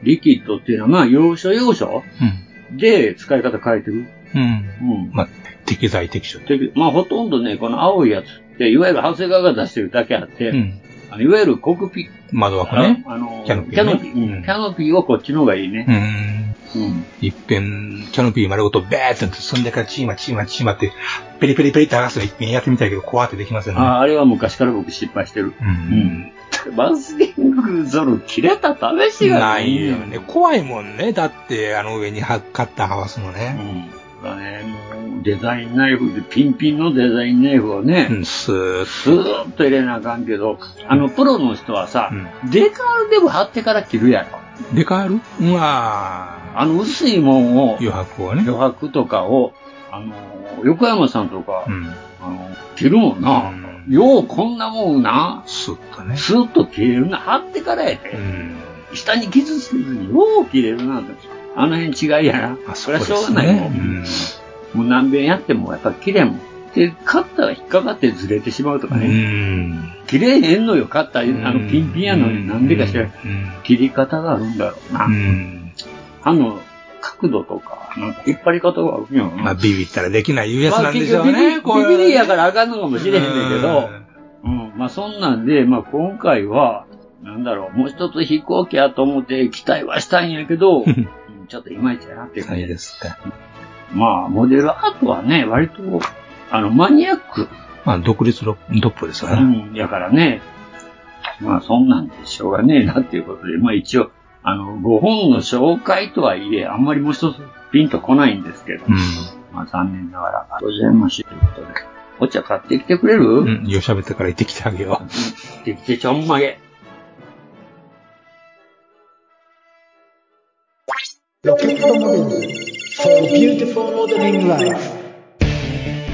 Speaker 8: リキッドっていうのは、まあ、要所要所
Speaker 7: うん。
Speaker 8: で使い方変えてる。
Speaker 7: うん。
Speaker 8: うん。
Speaker 7: まあ、適材適所で。
Speaker 8: でまあ、ほとんどね、この青いやつって、いわゆる長谷川が出してるだけあって、
Speaker 7: うん。
Speaker 8: あのいわゆるコクピッ
Speaker 7: 窓枠
Speaker 8: あ
Speaker 7: ね。
Speaker 8: あの
Speaker 7: キャノピーね
Speaker 8: キャノピー、うん
Speaker 7: うん
Speaker 8: キャノピーはこっちの方がいいね。
Speaker 7: うん。
Speaker 8: うん。
Speaker 7: いっぺん、キャノピー丸ごとベーって進んでからチーマチーマチーマって、ペリペリペリって剥がすのいっぺんやってみたいけど、怖ってできませんね。
Speaker 8: ああ、あれは昔から僕失敗してる。
Speaker 7: う。
Speaker 8: うん ん。バスキングゾル切れた試しが
Speaker 7: な
Speaker 8: ないい
Speaker 7: よ
Speaker 8: よ
Speaker 7: ね。怖いもんね。だって、あの上にはカッターはわすの
Speaker 8: う
Speaker 7: ね。
Speaker 8: ん。だね、もうデザインナイフで、ピンピンのデザインナイフをね、
Speaker 7: うん、スーッ
Speaker 8: スーッと入れなあかんけど、あの、プロの人はさ、
Speaker 7: う
Speaker 8: デカールでも貼ってから切るやろ。
Speaker 7: デカールうわ
Speaker 8: あの薄いもんを、
Speaker 7: ぁ。余白をね。
Speaker 8: 余白とかを、あの、横山さんとか、
Speaker 7: うん。
Speaker 8: あの、切るもんな。
Speaker 7: うん
Speaker 8: ようこんなもんな、
Speaker 7: スッとね。
Speaker 8: スーッと切れるな、貼ってからやで。
Speaker 7: うん。
Speaker 8: 下に傷つけずに、よう切れるな、と。あの辺違いやな。
Speaker 7: あそこ
Speaker 8: それ
Speaker 7: で
Speaker 8: は
Speaker 7: すね。
Speaker 8: しょうがないもん。
Speaker 7: うん。
Speaker 8: もう何遍やってもやっぱ切れんもん。で、カッターが引っかかってずれてしまうとか
Speaker 7: う
Speaker 8: ね。
Speaker 7: ん。
Speaker 8: 切れへんのよ、カッター。あの、ピンピンやのになんでか知らん。
Speaker 7: うん。
Speaker 8: 切り方があるんだろうな。
Speaker 7: うん。
Speaker 8: 刃の角度とか、なんか引っ張り方があるんやろな。
Speaker 7: まあ、ビビったらできないいうやつ
Speaker 8: ま
Speaker 7: な
Speaker 8: あ
Speaker 7: んで
Speaker 8: 結
Speaker 7: しょ
Speaker 8: 局
Speaker 7: う
Speaker 8: ビビ
Speaker 7: ね。こういう
Speaker 8: ビビりやからあかんのかもしれへんねんけど、うん、まあそんなんで、まあ今回は、なんだろう、もう一つ飛行機やと思って期待はしたんや けど、う
Speaker 7: うんん。
Speaker 8: ちょっといまいちやなっていう
Speaker 7: は
Speaker 8: 感じ
Speaker 7: い
Speaker 8: で
Speaker 7: ですか。
Speaker 8: まあモデルアートはね、割と、あの、マニアック、
Speaker 7: まあ、独立ロトップですから
Speaker 8: う
Speaker 7: ね。
Speaker 8: ん、やからね、まあそんなんでしょうがねえなっていうことで、まあ一応、あの、ご本の紹介とはいえ、あんまりもう一つピンとこないんですけど、
Speaker 7: う
Speaker 8: まあ残念ながら、ありがとうございますということで、お茶買ってきてくれる、
Speaker 7: ん。うん。よしゃべってから行ってきてあげよ
Speaker 8: できてちょんまげ。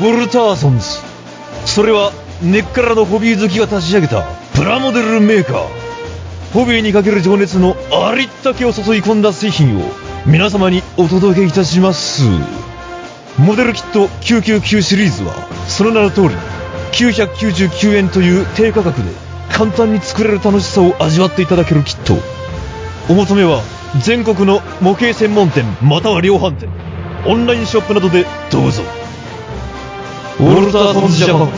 Speaker 5: ウォルターソンズそれは根っからのホビー好きが立ち上げたプラモデルメーカーホビーにかける情熱のありったけを注ぎ込んだ製品を皆様にお届けいたしますモデルキット999シリーズはその名の通り999円という低価格で簡単に作れる楽しさを味わっていただけるキットお求めは全国の模型専門店または量販店オンラインショップなどでどうぞウォルターソンズジャパン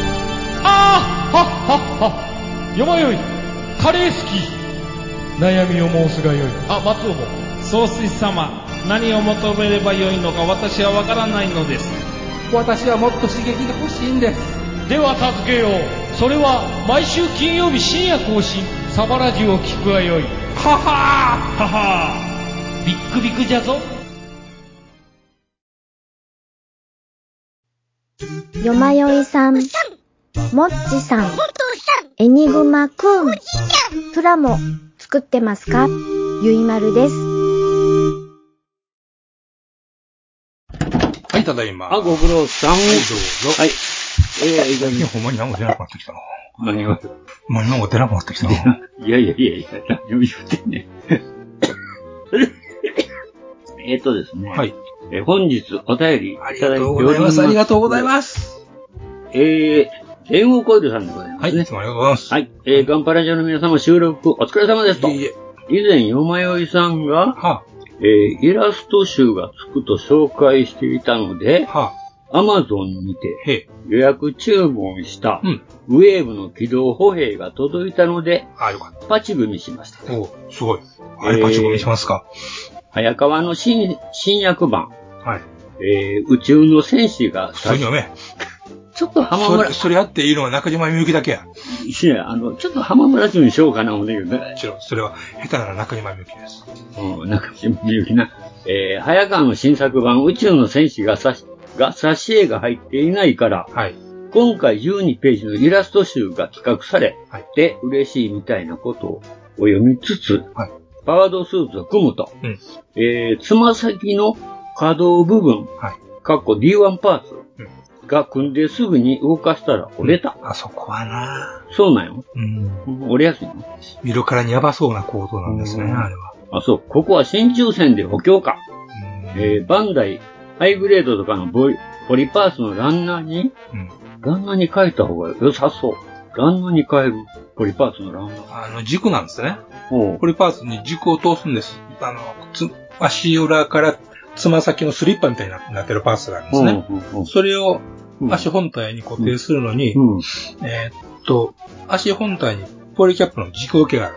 Speaker 9: あーはっはっは山よいカレー好き悩みを申すがよいあ松尾も総帥様何を求めればよいのか私はわからないのです私はもっと刺激が欲しいんですでは助けようそれは毎週金曜日深夜更新サバラジュを聞くがよいははーははービックビックじゃぞ
Speaker 6: よまよいさん、もっちさん、エニグマくん、プラモ作ってますかゆいまるです。
Speaker 7: う。はい、ただいま。
Speaker 8: あ、ご苦労さん。はい、どうぞ。はい。えー、い
Speaker 7: 最
Speaker 8: い
Speaker 7: 近 ほんまに何も出なくなってきたな。
Speaker 8: 何が
Speaker 7: ほんまに何も出なくなってきたな。
Speaker 8: いやいやいやいや、何を言って んねん。えっとですね。
Speaker 7: はい。
Speaker 8: えー本日お便りい
Speaker 7: あり
Speaker 8: た
Speaker 7: が
Speaker 8: だいて
Speaker 7: とう
Speaker 8: お
Speaker 7: ござい
Speaker 8: りま。
Speaker 7: ますす。ありがとうござい
Speaker 8: す。
Speaker 7: ます。
Speaker 8: えー、電王コイルさんでございま
Speaker 7: はい、
Speaker 8: す
Speaker 7: い
Speaker 8: ね
Speaker 7: つ。もありがとうございます。
Speaker 8: はい。えー、ガンパラジオの皆様収録お疲れ様ですと。
Speaker 7: いえいえ。
Speaker 8: 以前、よまよいさんが、
Speaker 7: は
Speaker 8: えー、イラスト集がつくと紹介していたので
Speaker 7: あ、、は
Speaker 8: アマゾンにて
Speaker 7: あ、へえ。
Speaker 8: 予約注文した
Speaker 7: うん。
Speaker 8: ウェーブの軌道歩兵が届いたので、
Speaker 7: ああ、よかっ
Speaker 8: パチ組みしました。
Speaker 7: た。おうすごい。あれパチコミしますか。
Speaker 8: 早川の新新訳版、
Speaker 7: はい。
Speaker 8: えー、宇宙の戦士が
Speaker 7: 普通に
Speaker 8: ち
Speaker 7: 読め。
Speaker 8: ょっと浜
Speaker 7: そ
Speaker 8: 村
Speaker 7: れ、、それやっていいのは中島みゆきだけや。も
Speaker 8: いやあの、ちょっと浜村淳にしようかな、思うんだけどね。
Speaker 7: ちろん、それは下手なら中島みゆきです。
Speaker 8: うん、なんか、みゆきな。えー、早川の新作版、宇宙の戦士がさし、が、挿絵が入っていないから、
Speaker 7: はい。
Speaker 8: 今回12ページのイラスト集が企画され
Speaker 7: はい
Speaker 8: て嬉しいみたいなことをお読みつつ、
Speaker 7: はい
Speaker 8: パワードスーツを組むと、
Speaker 7: うん
Speaker 8: えーつま先の可動部分、
Speaker 7: はい
Speaker 8: かっこ D1 パーツが組んですぐに動かしたら折れた。
Speaker 7: あそこはな
Speaker 8: そうなんよ。
Speaker 7: うん。
Speaker 8: 折れやすいの。
Speaker 7: 見るからにやばそうな行動なんですね、あれは。
Speaker 8: あ、そう。ここは真鍮線で補強か。えーバンダイ、ハイグレードとかのボイポリパースのランナーに、ランナーに変えた方が良さそう。ランナーに変えるポリパースのランナー。
Speaker 7: あの、軸なんですね。
Speaker 8: お
Speaker 7: ポリパーツに軸を通すんです。あの、つ、足裏からつま先のスリッパみたいになってるパーツがあるんですね。それを足本体に固定するのに、えーっと、足本体にポリキャップの軸受けがある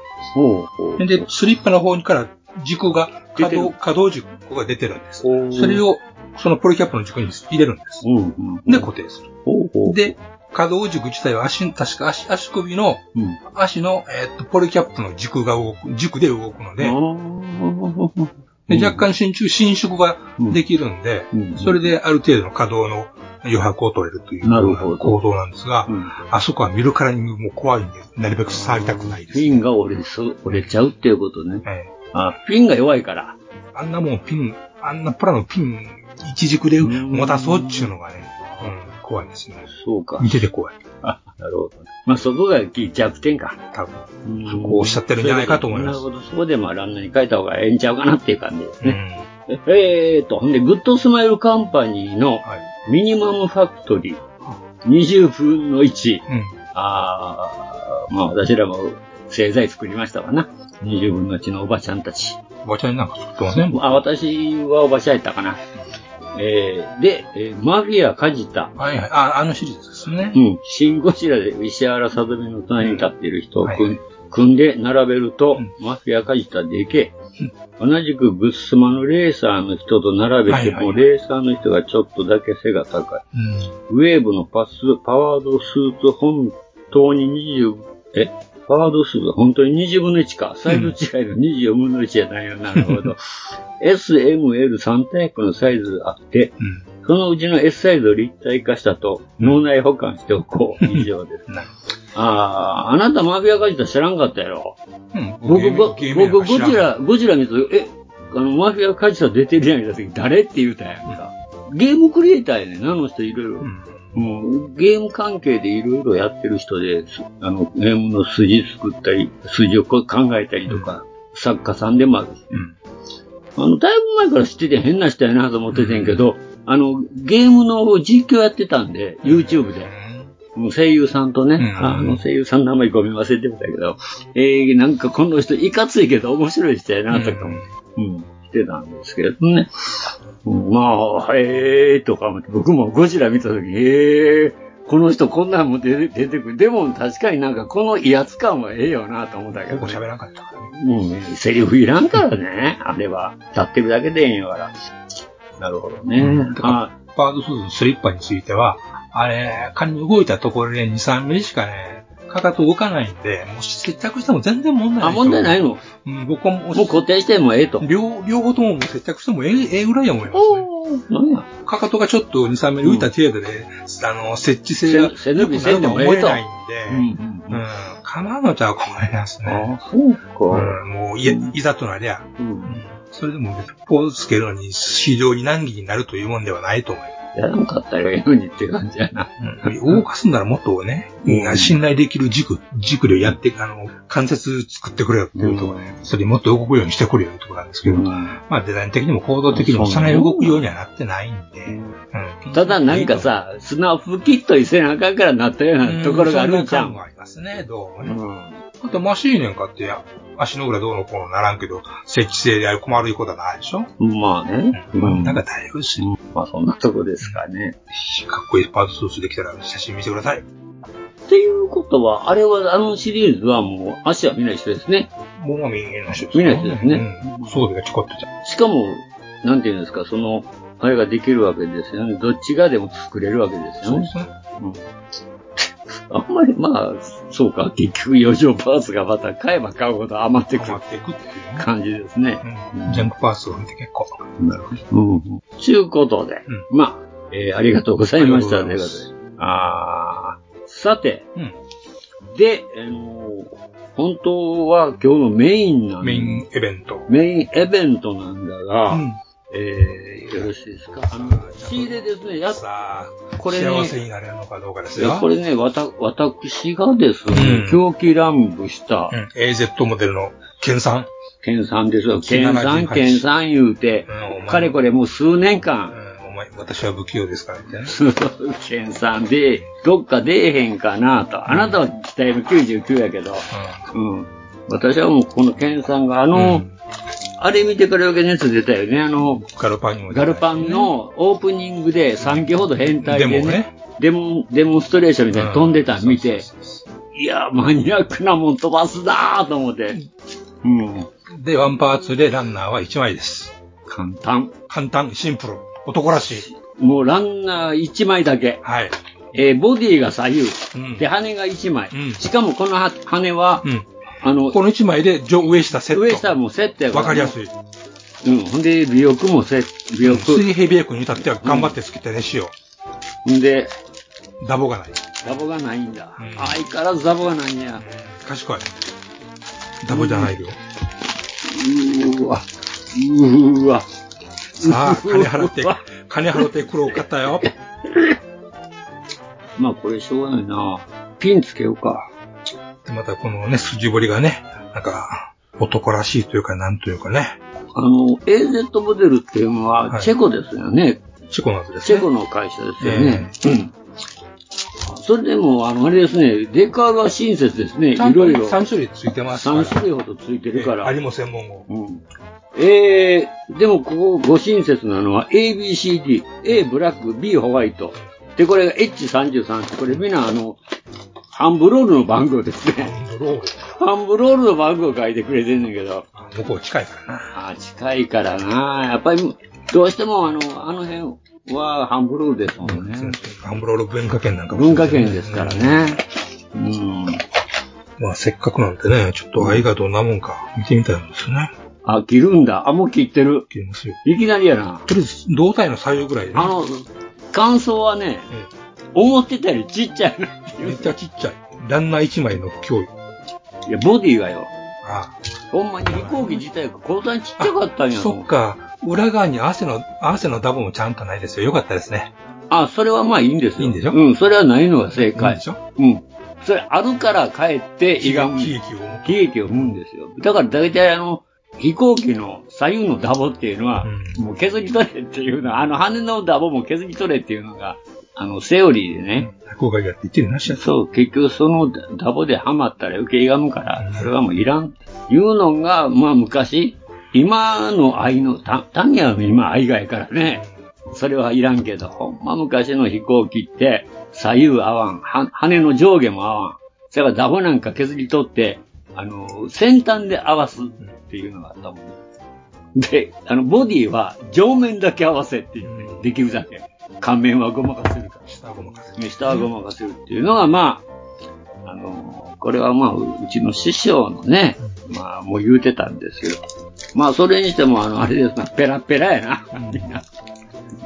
Speaker 7: んです。で、スリッパの方にから軸が、可動、可動軸が出てるんです。それを、そのポリキャップの軸に入れるんです。で、固定する。で、可動軸自体は足、確か足、足首の、足の、えーっと、ポリキャップの軸が動く、軸で動くので、で若干伸縮、伸縮ができるんで、それである程度の可動の余白を取れるという
Speaker 8: なるほど
Speaker 7: 行動なんですが、あそこは見るからにもう怖いんで、なるべく触りたくないです。フィ
Speaker 8: ンが折れそう、折れちゃうっていうことね。あ、フィンが弱いから。
Speaker 7: あんなもんピン、あんなプラのピン、一軸で持たそうっちゅうのがね、うん、怖いですね。
Speaker 8: そうか。
Speaker 7: 見てて怖い。
Speaker 8: あ、 なるほど。まあそこが弱点か。
Speaker 7: 多分。そこをおっしゃってるんじゃないかと思います
Speaker 8: なるほど。そこでまあランナーに変えた方がええんちゃうかなっていう感じですね。えーと、ほんで、グッドスマイルカンパニーのミニマムファクトリー20分の1。あーまあ私らも製材作りましたわな。20分の1のおばちゃんたち。
Speaker 7: おばちゃんなんか作ってません
Speaker 8: あ、私はおばちゃんやったかな。えー、で、えーマフィア・カジタ。
Speaker 7: はいはい。あ、あのシリーズですね。
Speaker 8: うん。シン・ゴジラで石原さとみの隣に立っている人を組,、んで並べると、マフィア・カジタでけえ。同じくグッスマのレーサーの人と並べても、
Speaker 7: はいはいはい
Speaker 8: レーサーの人がちょっとだけ背が高い。ウェーブのパス、パワードスーツ本当に20、えパワードスーツ本当に20分の1か。サイズ違いの24分の1じゃないよ。なる ほど。S、M、L、3タイプのサイズあって、そのうちの S サイズを立体化したと、脳内保管しておこう。以 上です。ああ、あなたマフィアカジタ知らんかったやろ。僕、僕、
Speaker 7: ゲームやから
Speaker 8: 僕
Speaker 7: 知
Speaker 8: ゴ
Speaker 7: らん
Speaker 8: ジラ、ゴジラ見ると、え、あの、マフィアカジタ出てるやん言った時、誰って言うたやんか。ゲームクリエイターやねんな、あの人いろいろ。うんゲーム関係でいろいろやってる人で、すあの、ゲームの筋作ったり、筋をこう考えたりとか、作家さんでもあるし、あの、だいぶ前から知ってて変な人やなと思っててんけど、あの、ゲームの実況やってたんで、YouTube で。もう声優さんとね、あの声優さんの名前ごめん忘れてたけど、えー、なんかこの人いかついけど面白い人やなとかも、うん、してたんですけどね。うんまあ、えーとか思って、僕もゴジラ見たとき、えー、この人こんなんも出て出てくる。でも確かになんかこの威圧感はええよなと思ったけど。
Speaker 7: 僕喋らんかったからね。
Speaker 8: もうね、セリフいらんからね、あれは。立ってるだけでええんやから。なるほどね。
Speaker 7: だから、パワードスーツのスリッパについては、あれ、仮に動いたところで2、3ミリしかね、かかと動かないんで、もう接着しても全然問題ない。
Speaker 8: あ、問題ないの
Speaker 7: うん、僕はもう、
Speaker 8: もう固定してもええと。
Speaker 7: 両、両方とも接着してもええ、ええぐらいや思います
Speaker 8: ね。
Speaker 7: かかとがちょっと2、3ミリ浮いた程度で、あの、設置性が、
Speaker 8: 背伸びせんでもええと
Speaker 7: 良くなるは思えないんで、うん、構うのとは困りますね。
Speaker 8: あ、そうか。
Speaker 7: うん、もう、いや、いざとなりゃ、
Speaker 8: うん
Speaker 7: それでも、ポーズつけるのに、非常に難儀になるというもんではないと思います。
Speaker 8: やらんかったらええのにって感じやな。
Speaker 7: 動かすんならもっとね、信頼できる軸、軸でやって、あの、関節作ってくれよっていうところね、それもっと動くようにしてくれよってところなんですけど、まあデザイン的にも行動的にも
Speaker 8: そ
Speaker 7: そうん
Speaker 8: ね
Speaker 7: なに動くようにはなってないんで、
Speaker 8: ただなんかさ、スナップキットにせなあかんからなったようなところがあるんち
Speaker 7: う
Speaker 8: ゃ
Speaker 7: そんな感
Speaker 8: う
Speaker 7: はありますね、どうもね。あとマシーネンかって、足の裏どうのこうのならんけど、設置性である困るいうことはないでしょ
Speaker 8: まあね。うん。
Speaker 7: なんかだいぶし、
Speaker 8: まあそんなとこですかね。
Speaker 7: かっこいいパーツスーツできたら写真見せてください。
Speaker 8: っていうことは、あれは、あのシリーズはもう足は見ない人ですね。
Speaker 7: もう見ない人です
Speaker 8: 見ない人ですね。
Speaker 7: うん、装備がちょこっとじゃ
Speaker 8: しかも、なんていうんですか、その、あれができるわけですよね。どっちがでも作れるわけですよね。うん、あんまりまあ、そうか、結局余剰パーツがまた買えば買うほど余ってくる感じですね。
Speaker 7: ジャンクパーツを見て結構。
Speaker 8: なるほど。ちゅうことで、まあ、えーありがとうございました。
Speaker 7: ありがとうございます
Speaker 8: ということであーさて、で、あのー本当は今日のメインなん
Speaker 7: メインイベント。
Speaker 8: メインイベントなんだが、えよろしいですかあの、仕入れですね、やっこれね、
Speaker 7: 幸せになれるのかどうかです
Speaker 8: いや
Speaker 7: よ。
Speaker 8: これね、わた、私がですね、狂気乱舞した、
Speaker 7: AZ モデルの研鑽。
Speaker 8: 研鑽ですよ。研
Speaker 7: 17
Speaker 8: 鑽、研鑽言うて、かれこれもう数年間、
Speaker 7: お前、私は不器用ですから、みたいな。
Speaker 8: 研鑽で、どっか出えへんかなと。あなたは期待の99やけど、うん。私はもうこの研鑽が、あの、あれ見てから余計熱出たよね。あの、
Speaker 7: ガルパンにも。
Speaker 8: ガルパンのオープニングで3期ほど変態でね、
Speaker 7: デモね
Speaker 8: デモデモンストレーションみたいに飛んでたの見て、いや、マニアックなもん飛ばすなーと思って。
Speaker 7: うん。で、ワンパーツでランナーは1枚です。
Speaker 8: 簡単。
Speaker 7: 簡単、シンプル。男らしい。
Speaker 8: もうランナー1枚だけ。
Speaker 7: はい。
Speaker 8: えーボディが左右。
Speaker 7: うん
Speaker 8: で、羽が1枚。しかもこのは羽は、
Speaker 7: うん。
Speaker 8: あの、
Speaker 7: この1枚で上上下セット。
Speaker 8: 上下もセットや
Speaker 7: わかりやす
Speaker 8: い。
Speaker 7: い。
Speaker 8: うん。ほんで、尾翼もセッ尾翼。
Speaker 7: 水平尾翼に至っては頑張って作ったね、しよ
Speaker 8: うんで、
Speaker 7: う。ダボがない。
Speaker 8: ザボがないんだ。相変わらずザボがないんや。
Speaker 7: 賢い。ダボじゃないよ。
Speaker 8: うーわ。うーわ。
Speaker 7: さ あ、金払って、金払って苦労かったよ。
Speaker 8: まあこれしょうがないなピンつけようか。
Speaker 7: でまたこのね、筋彫りがね、なんか、男らしいというか、なんというかね。
Speaker 8: あの、AZ モデルっていうのは、チェコですよね。
Speaker 7: チェコのやつです
Speaker 8: ね。チェコの会社ですよね。うん。それでも、あの、あれですね、デカールは親切ですね。い
Speaker 7: ちゃんと
Speaker 8: ろ
Speaker 7: ね
Speaker 8: いろ。
Speaker 7: 3種類ついてますから。
Speaker 8: 3種類ほどついてるから。
Speaker 7: ありも専門号。
Speaker 8: うん。えー、でもここご親切なのは ABCD、A ブラック、B ホワイト。で、これが H33 って、これみんなあの、ハンブロールの番号ですね。
Speaker 7: ハンブロール
Speaker 8: ハンブロールの番号書いてくれてんねんけど。
Speaker 7: 向こう近いから
Speaker 8: な。あ、近いからな。やっぱり、どうしてもあの、あの辺はハンブロールですもんね。
Speaker 7: ハンブロール文化圏なんかも
Speaker 8: 文化圏ですからね。うん。
Speaker 7: まあ、せっかくなんでね、ちょっと愛がどんなもんか見てみたいんですよね。
Speaker 8: あ、切るんだ。あ、もう切ってる。
Speaker 7: 切りますよ。
Speaker 8: いきなりやな。
Speaker 7: とりあえず、胴体の左右ぐらいで、ね。
Speaker 8: あの、感想はね、思ってたよりちっちゃいなっていう。
Speaker 7: めっちゃちっちゃい。ランナー1枚の脅威。
Speaker 8: いや、ボディがよ。
Speaker 7: あ
Speaker 8: ほんまに飛行機自体がこんなにちっちゃかったんや
Speaker 7: そっか。裏側に汗の、汗のダボもちゃんとないですよ。よかったですね。
Speaker 8: あ、それはまあいいんですよ。
Speaker 7: いいんでしょ
Speaker 8: うん、それはないのが正
Speaker 7: い
Speaker 8: 解。
Speaker 7: いんでしょ
Speaker 8: うん。それあるからかえって、胃がむ。喜
Speaker 7: 劇を。
Speaker 8: 喜劇を生むんですよ。だから大体あの、飛行機の左右のダボっていうのは、もう削り取れっていうのは、あの羽のダボも削り取れっていうのが、あの、セオリーでね。
Speaker 7: 落語家やって言ってるなしや
Speaker 8: そう、結局そのダダボでハマったら受けがむから、それはもういらん。いうのが、まあ昔、今の愛の、た、タニアの今愛がやからね。それはいらんけど、ほんま昔の飛行機って、左右合わん、は羽の上下も合わん。それからダボなんか削り取って、あの、先端で合わすっていうのがあったもんね。で、あの、ボディは上面だけ合わせっていうね、できるだけ。顔面はごまかせるから。
Speaker 7: 下はごまか
Speaker 8: せる。下はごまかせるっていうのが、まあ、あの、これはまあ、うちの師匠のね、まあ、もう言うてたんですけど。まあ、それにしても、あの、あれですな、ペラペラやな、みんな。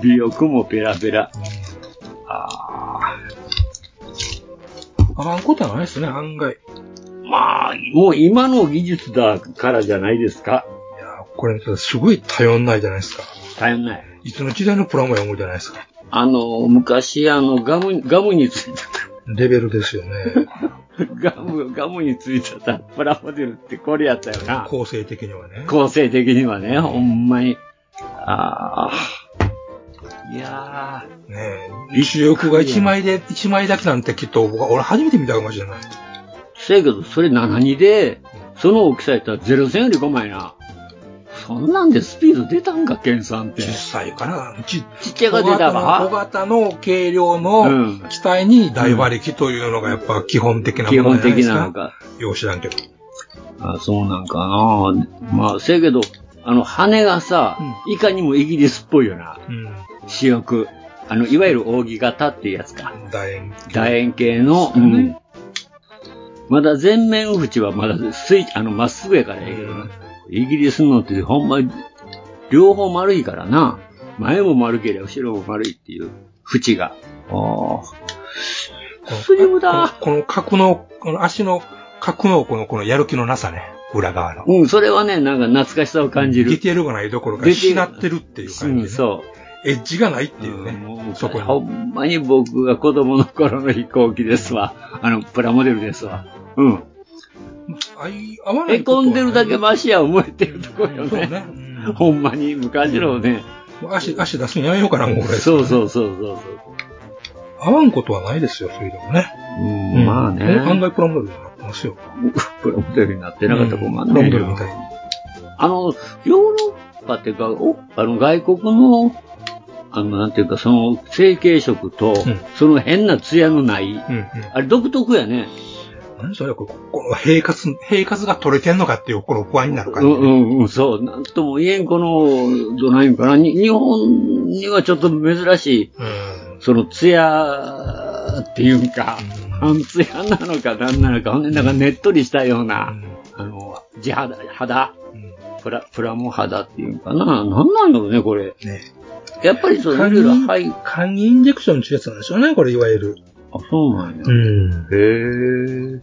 Speaker 8: 美欲もペラペラ。あ
Speaker 7: あらんことはないですね、案外。
Speaker 8: ーまあ、もう今の技術だからじゃないですか。
Speaker 7: これ、すごい頼んないじゃないですか。
Speaker 8: 頼んない。
Speaker 7: いつの時代のプラモや思うじゃないですか。
Speaker 8: あの、昔、あの、ガム、ガムについて
Speaker 7: レベルですよね。
Speaker 8: ガム、ガムについてたプラモデルってこれやったよな。
Speaker 7: 構成的にはね。
Speaker 8: 構成的にはね、ほんまに。ああ。いや
Speaker 7: ねえ、主翼が1枚で、一枚だけなんてきっと僕は、俺初めて見たかもしれない。
Speaker 8: せやけど、それ72で、その大きさやったら0より5枚な。そんなんでスピード出たんか、ケンさんって。10
Speaker 7: 歳かな。ち
Speaker 8: ちっちゃいが出た
Speaker 7: 小型の小
Speaker 8: か
Speaker 7: 型の軽量の機体に大馬力というのがやっぱ基本的な
Speaker 8: 基
Speaker 7: もの
Speaker 8: 本
Speaker 7: じゃないで
Speaker 8: 的
Speaker 7: す
Speaker 8: なの
Speaker 7: か。
Speaker 8: か。
Speaker 7: よう知らんけど。
Speaker 8: あそうなんかな。まあ、せやけど、あの、羽がさ、いかにもイギリスっぽいよな。主翼。あの、いわゆる扇形っていうやつか。
Speaker 7: 楕円。
Speaker 8: 楕円形の、うん。まだ全面縁はまだ水、あの、まっすぐやからええけどな。イギリスのってほんま、両方丸いからな。前も丸けりゃ後ろも丸いっていう、縁が。あ
Speaker 7: スリムだこのこの角の、この足の角のこの、このやる気のなさね。裏側の。
Speaker 8: うん、それはね、なんか懐かしさを感じる。
Speaker 7: ディテールがないどころか、失ってるっていう感じ、ね
Speaker 8: うん、そ
Speaker 7: エッジがないっていうね、そこ
Speaker 8: う。ほ
Speaker 7: に。
Speaker 8: んまに僕が子供の頃の飛行機ですわ。あの、プラモデルですわ。うん。
Speaker 7: あい合わない
Speaker 8: へ
Speaker 7: こと
Speaker 8: こ
Speaker 7: は
Speaker 8: んでるだけマシや思えてるとこよ
Speaker 7: そう
Speaker 8: ね。
Speaker 7: ね。
Speaker 8: ほんまに昔のね。
Speaker 7: もう足、足出すのやめようかな、もう俺。
Speaker 8: そうそうそうそうそう。
Speaker 7: 合わんことはないですよ、それでもね。
Speaker 8: うん、まあね。
Speaker 7: 案外プラモデルになってますよ。
Speaker 8: プラモデルになってなかったら困ん
Speaker 7: プラ
Speaker 8: な
Speaker 7: モ
Speaker 8: い
Speaker 7: デ
Speaker 8: よ
Speaker 7: ルみたいに。
Speaker 8: あの、ヨーロッパっていうか、おあの外国の、あの、なんていうか、その成型色と、その変な艶のない、あれ独特やね。
Speaker 7: 何それ、ここの平滑、平滑が取れてんのかっていう、この不安になる
Speaker 8: う
Speaker 7: 感じ。
Speaker 8: んうんうん、そう、なんとも言えん、この、どないいうんかな、に日本にはちょっと珍しい、その艶っていうんか、半艶なのかなんなのか、ほんでなんかねっとりしたような、あの、地肌、肌、プラ、プラモ肌っていうんかな、なんなんだろうね、これ。やっぱりそう、いろいろ入っ
Speaker 7: 簡易インジェクションのやつなんですよね、これ、いわゆる。
Speaker 8: あ、そうなんや。
Speaker 7: うん。
Speaker 8: へえ。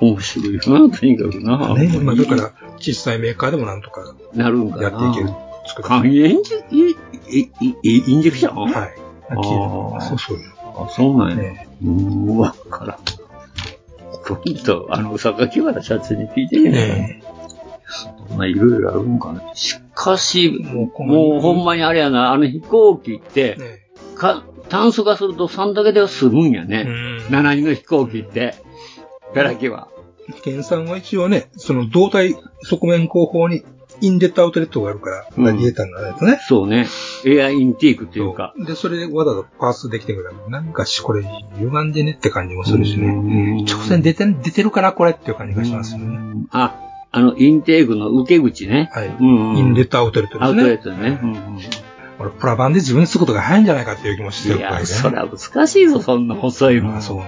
Speaker 8: 面白いな、とにかくな。
Speaker 7: ね、まあ、だから、小さいメーカーでもなんとか
Speaker 8: なるんかな。
Speaker 7: やっていける。
Speaker 8: 肝炎インジイイイインジェクションはい。
Speaker 7: あそうそう。
Speaker 8: あ、そうなんや。うーわ、から。今度、あの、榊原社長に聞いてみね。まあ、いろいろあるんかな。しかし、もう、ほんまにあれやな、あの飛行機って、か、炭素化すると3だけでは済むんやね。7人の飛行機って、ガラケは。
Speaker 7: 県産は一応ね、その胴体側面後方にインデッドアウトレットがあるから、
Speaker 8: うん
Speaker 7: ディエタになるやつね。
Speaker 8: そうね。エアインティークっていうか。
Speaker 7: で、それでわざわざパースできてくるから、なんかし、これ歪んでねって感じもするしね。直線出てん、出てるかなこれっていう感じがしますよね。
Speaker 8: あ、あの、インテークの受け口ね。はい。うん、
Speaker 7: インデッドアウトレットで
Speaker 8: ア
Speaker 7: す
Speaker 8: ウトレ
Speaker 7: ね
Speaker 8: ッ。トね。
Speaker 7: 俺、プラ版で自分にすることが早いんじゃないかっていう気もしてるくらいね。
Speaker 8: そりゃ難しいぞ、そんな細いもん。そう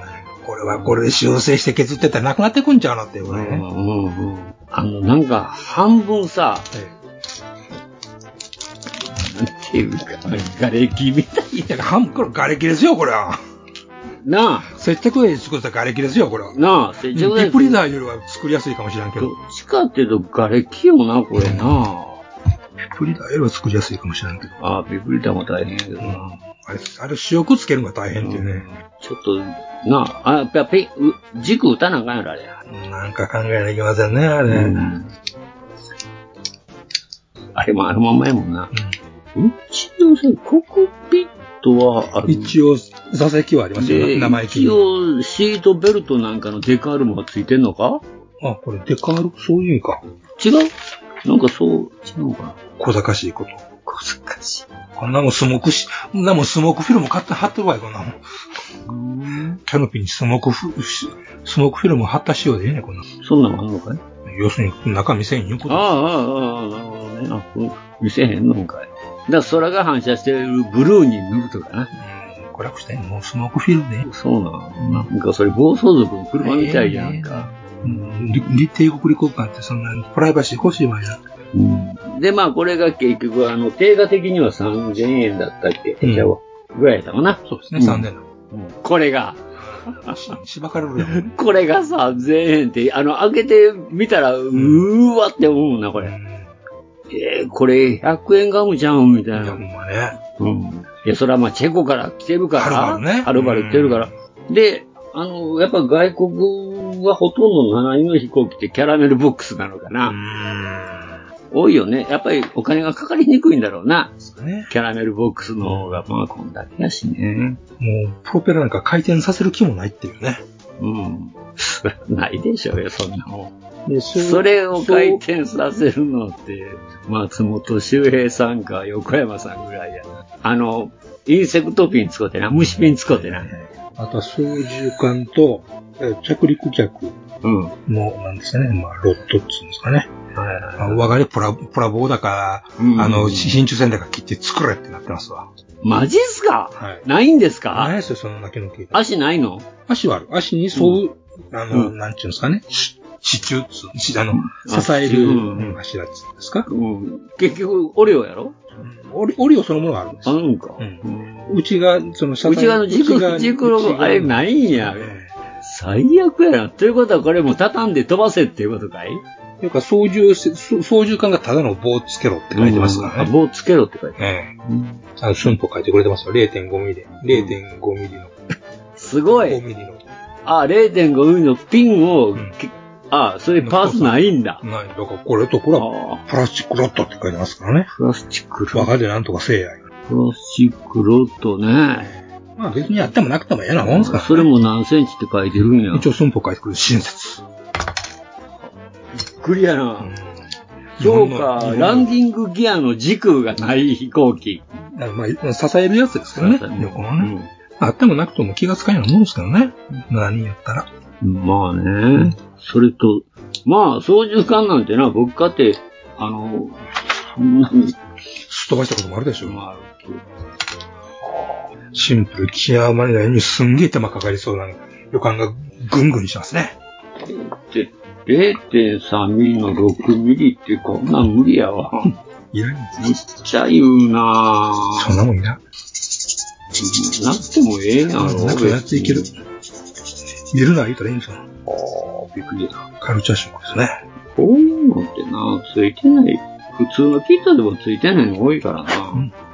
Speaker 7: これはこれで修正して削ってたらなくなってくんちゃうのっていうぐらいね。
Speaker 8: うんうんうん。あの、なんか、半分さ、なんていうか、瓦礫みたい
Speaker 7: な。半分、これ瓦礫ですよ、これは。あ。
Speaker 8: な
Speaker 7: 接着剤で作った瓦礫ですよ、これは。
Speaker 8: なあ、接着剤
Speaker 7: リプリーダーよりは作りやすいかもしれんけど。
Speaker 8: 地下っていうと瓦礫よな、これな。
Speaker 7: ビプリダーよりは作りやすいかもしれんけど。
Speaker 8: ああ、ビプリダーも大変やけどな。
Speaker 7: あれ、あれ、主翼つけるのが大変っていうね。
Speaker 8: ちょっと、なあ、あ、やっぱペン、う軸打たなあかんやろ、あれ。
Speaker 7: なんか考えなきゃいけませんね、あれ。
Speaker 8: あれもあのまんまやもんな。一応さ、ココピットはある
Speaker 7: 一応、座席はありますよ、
Speaker 8: で
Speaker 7: 生意気に
Speaker 8: 一応、シートベルトなんかのデカールもついてんのか
Speaker 7: あ、これデカール、そういう意味か。
Speaker 8: 違うなんかそう、違うかな。
Speaker 7: 小賢しいこと。小賢しい。こんなもんスモークし、こんなもんスモークフィルム買って貼ってるわよ、こんなもん。キャノピーにスモークフ、しスモークフィルム貼った仕様でいいね、こんな。
Speaker 8: そんなのあんのかい
Speaker 7: 要するに中見せんよ、こ
Speaker 8: ああ、ああ、ああ、なるほどね。あ、こう見せへんのんかい。だから空が反射してるブルーに塗るとかな。
Speaker 7: これしてもうスモークフィルムね。
Speaker 8: そうなの。なんかそれ暴走族の車みたいじゃんか。
Speaker 7: うんりり帝国理工館ってそんなプライバシー欲しいわよ。
Speaker 8: で、まあ、これが結局、あの、定価的には3000円だったっけ、じゃあぐらいだったかな。そうです
Speaker 7: ね3000
Speaker 8: 円。これが。
Speaker 7: しばかれるよ。
Speaker 8: これが3000円って、あの、開けてみたら、うーわって思うな、これ。えーこれ100円ガムじゃん、みたいな。うん。いや、それはまあ、チェコから来てるから。はるばるね。はるばる来てるから。で、あの、やっぱ外国はほとんど7人の飛行機ってキャラメルボックスなのかな。多いよね。やっぱりお金がかかりにくいんだろうな。キャラメルボックスの方が、まあ、こんだけやしね。
Speaker 7: もう、プロペラなんか回転させる気もないっていうね。
Speaker 8: うん。 ないでしょうよ、そんなも
Speaker 7: で
Speaker 8: ん。
Speaker 7: そう
Speaker 8: それを回転させるのって、松本周平さんか横山さんぐらいや。あの、インセクトピン使うてな、虫ピン使うてな。
Speaker 7: あとは操縦桿と、えー着陸客の、なんですね、まあ、ロットっていうんですかね。まあ我が家プラ、プラボーだから、あの、真鍮線だから切って作れってなってますわ。
Speaker 8: マジっすか、
Speaker 7: はい
Speaker 8: ないんですか
Speaker 7: ないですよ、そんなけの毛。
Speaker 8: 足ないの
Speaker 7: 足はある。足に沿う、あの、なんちゅうんですかね。し支柱っつうしあの、支えるうん柱っつうんですか。
Speaker 8: 結局、オレオやろ
Speaker 7: オリオリオそのものがあるんです
Speaker 8: あるんか。
Speaker 7: うん。うちが、その、車
Speaker 8: うちはあの軸
Speaker 7: うちが
Speaker 8: 軸のあれないんや。最悪やな。ということはこれもう畳んで飛ばせっていうことかい
Speaker 7: ていうか、操縦せ、操操縦桿がただの棒つけろって書いてますからね。
Speaker 8: 棒つけろって書いて
Speaker 7: ええ。ちゃんと寸法書いてくれてますよ。0.5ミリで。0.5ミリの。
Speaker 8: すごい。
Speaker 7: 5ミリの。
Speaker 8: あ、0.5ミリのピンを、きあ、それパーツないんだ。
Speaker 7: ない。だから、これとこれは、プラスチックロットって書いてますからね。
Speaker 8: プラスチックロ
Speaker 7: ット。我がでなんとかせいや。
Speaker 8: プラスチックロットね。
Speaker 7: まあ別にやってもなくても嫌なもんですから。
Speaker 8: それも何センチって書いてるんや。
Speaker 7: 一応寸法書いてくる親切。
Speaker 8: クリアな。そうか、ランディングギアの軸がない飛行機。
Speaker 7: まあ、支えるやつですからね。横のね。あってもなくても気がつかんようなもんですけどね。何やったら。
Speaker 8: まあね。それと、まあ、操縦桿なんてな、僕かって、あの、そんなに。
Speaker 7: すっ飛ばしたこともあるでしょ。シンプル極まりないようにすんげえ手間かかりそうな予感がぐんぐんしますね。
Speaker 8: で、0.3ミリの6ミリってこんなん無理やわ。
Speaker 7: いらん
Speaker 8: むっちゃ言うなぁ。
Speaker 7: そんなもんいらん。
Speaker 8: なくてもええやろ。
Speaker 7: なくやっていける。寝るなら言うたらいいんですよ。
Speaker 8: ああ、びっくりだ。
Speaker 7: カルチャーショックですね。
Speaker 8: こういうのってな、ついてない。普通のキットでもついてないの多いからな。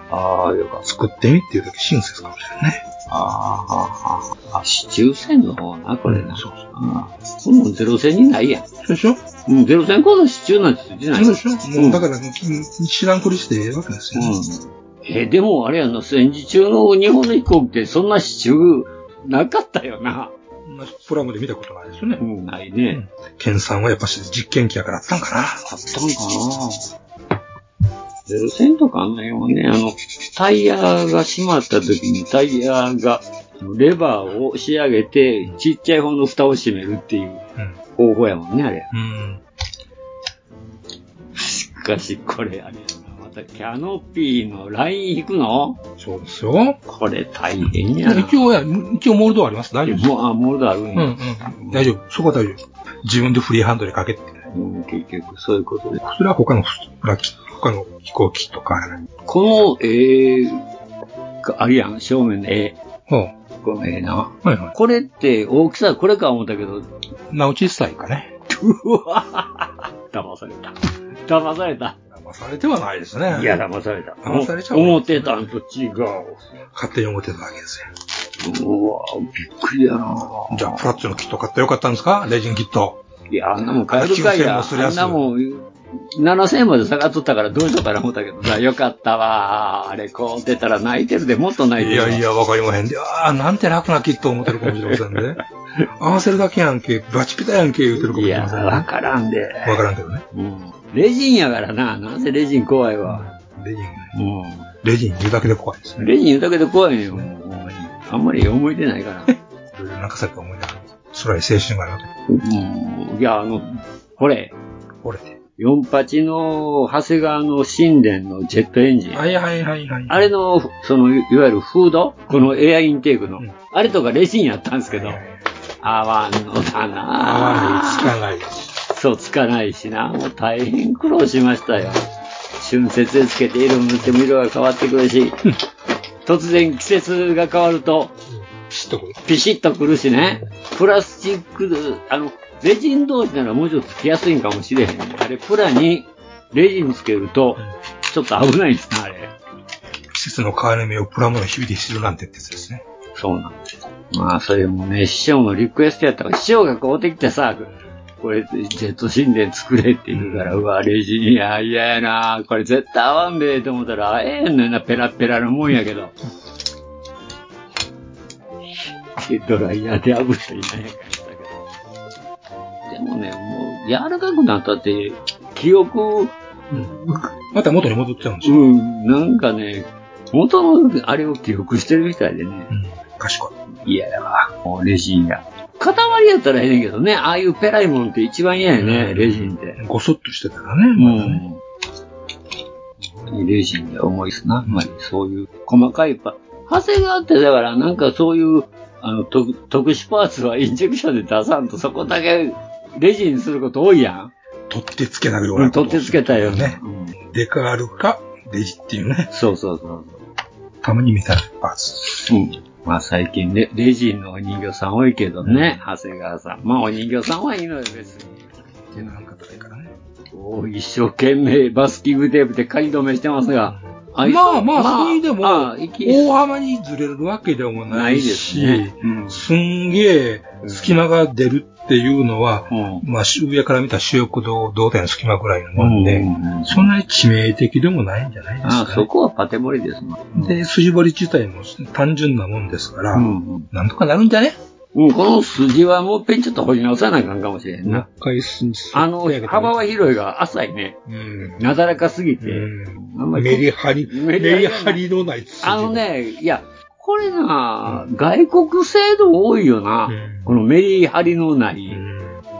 Speaker 8: ああ、よかった。
Speaker 7: 作ってみっていうだけ親切かもしれないね。
Speaker 8: ああ、ああ、あ、市中線の方な、これな。そうそう。ああ、このゼロ線にないやん。
Speaker 7: でしょ
Speaker 8: うん、ゼロ線こそ市中なんてついてない
Speaker 7: そうでしょもうだから、知らんくりしてええわけですよ。
Speaker 8: えーでもあれやな、戦時中の日本の飛行機ってそんな支柱なかったよな。
Speaker 7: プラムで見たことないですよね。
Speaker 8: うん、ないね。
Speaker 7: ケンさんはやっぱし実験機やからあったんかな。
Speaker 8: あったんかな。ゼロ戦とかあんなようね、あの、タイヤが閉まった時にタイヤが、レバーを仕上げて、ちっちゃい方の蓋を閉めるっていう方法やもんね、あれ。
Speaker 7: うん。
Speaker 8: しかし、これあれやな。またキャノピーのライン引くの
Speaker 7: そうですよ。
Speaker 8: これ大変やな。
Speaker 7: 一応や、一応モールドはあります。大丈夫です。
Speaker 8: もう、あ、モールドあるん
Speaker 7: うんう
Speaker 8: や。
Speaker 7: ん。大丈夫。そこは大丈夫。自分でフリーハンドでかけて。
Speaker 8: うん、結局そういうことで。
Speaker 7: それは他のフラ機、他の飛行機とかあれだね。
Speaker 8: この絵があるやん、正面の絵。
Speaker 7: ほう。
Speaker 8: この絵な。
Speaker 7: はいはい。
Speaker 8: これって大きさこれか思ったけど、
Speaker 7: なお小さいかね。
Speaker 8: うわ騙された。騙された。
Speaker 7: 騙されてはないですね。
Speaker 8: いや、騙された。
Speaker 7: 騙されちゃう
Speaker 8: 思ってたんと違う。
Speaker 7: 勝手に思ってたわけですよ。
Speaker 8: うわびっくりやな
Speaker 7: じゃあ、プラッツのキット買ってよかったんですかレジンキット。
Speaker 8: いや、あんなもん買えるかい
Speaker 7: 9000
Speaker 8: や。
Speaker 7: もするや
Speaker 8: あん
Speaker 7: つ
Speaker 8: なもん、7000円まで下がっとったからどうしようかな思ったけどさ、よかったわ。あれ、こう出たら泣いてるで、もっと泣い
Speaker 7: い
Speaker 8: てるわ
Speaker 7: やいや、わかりまへんで。ああ、なんて楽なキットを思ってるかもしれませんね。合わせるだけやんけ、バチピタやんけ言うてるかもし
Speaker 8: い
Speaker 7: れ
Speaker 8: や
Speaker 7: ませんね。
Speaker 8: わからんで。
Speaker 7: わからんけどね。
Speaker 8: レジンやからな。なんせレジン怖いわ。
Speaker 7: レジン、
Speaker 8: うん。
Speaker 7: レジン言うだけで怖いですね。
Speaker 8: レジン言うだけで怖いのよ。もうほんまにあんまり思い出ないから。
Speaker 7: いろいろなんかさっき思いながら、辛い青春があるわ
Speaker 8: うん。いや、あの、これ、
Speaker 7: け。折れて。
Speaker 8: 48の長谷川の神殿のジェットエンジン。
Speaker 7: はいはいはいはい。
Speaker 8: あれの、その、いいわゆるフードこのエアインテークの。あれとかレジンやったんですけど、合わんのだなぁ
Speaker 7: つかない。
Speaker 8: そう、つかないしな。もう大変苦労しましたよ。春節でつけて色を塗っても色が変わってくるし、突然季節が変わると、
Speaker 7: ピシッとくる。
Speaker 8: ピシッとくるしね。プラスチック、あの、レジン同士ならもうちょっとつきやすいんかもしれへん。あれ、プラにレジンつけると、ちょっと危ないですな、あれ。
Speaker 7: 季節の変わり目をプラモの日々で知るなんてってやつですね。
Speaker 8: そうなんですよ。まあ、それもね、師匠のリクエストやったから、師匠がこうできてさ、これ、ジェット神殿作れって言うから、うわ、レジンや、嫌やな、これ絶対合わんべえと思ったら、ええんねんな、ペラペラのもんやけど。でドライヤーで炙ったりなんやかしたけど。でもね、もう、柔らかくなったって、記憶、
Speaker 7: また元に戻っちゃうんです
Speaker 8: う
Speaker 7: よ。
Speaker 8: ん、なんかね、元のあれを記憶してるみたいでね。
Speaker 7: 賢い。
Speaker 8: いやわ、もうレジンや。塊やったらええねんけどね、ああいうペライモンって一番嫌やね、レジンって。
Speaker 7: ごそっとしてたらね。
Speaker 8: うん。レジンで重いっすな、あんまりそういう細かいパ長谷川ってだからなんかそういう、あの、特特殊パーツはインジェクションで出さんとそこだけレジンすること多いやん。
Speaker 7: 取ってつけなくて
Speaker 8: うん取ってつけたよ
Speaker 7: ね。デカールか、デジっていうね。
Speaker 8: そうそうそう。
Speaker 7: たまに見たらパーツ。
Speaker 8: うん。まあ最近レ、レジンのお人形さん多いけどね、長谷川さん。まあお人形さんはいいのよ、別に。
Speaker 7: 手の感覚でからね。
Speaker 8: おー一生懸命バスキングテープで仮止めしてますが、いつ
Speaker 7: まあまあ、それにでも、
Speaker 8: あ
Speaker 7: 大幅にずれるわけでもないし、
Speaker 8: ないです
Speaker 7: すんげえ隙間が出るっていうのは、まあ、し上から見た主翼道、胴体の隙間ぐらいのもんで、そんなに致命的でもないんじゃないですか、ね。
Speaker 8: あそこはパテ盛りですもん。
Speaker 7: で、筋彫り自体も単純なもんですから、なんとかなるんじゃね
Speaker 8: うん、この筋はもうぺんちょっと掘り直さなあかんかもしれんな。あの、幅は広いが浅いね。なだらかすぎて。あんまり
Speaker 7: メリハリ、メ
Speaker 8: リハリが
Speaker 7: リ
Speaker 8: ない
Speaker 7: ハリのない筋。
Speaker 8: あのね、いや、これな、外国制度多いよな。このメリハリのない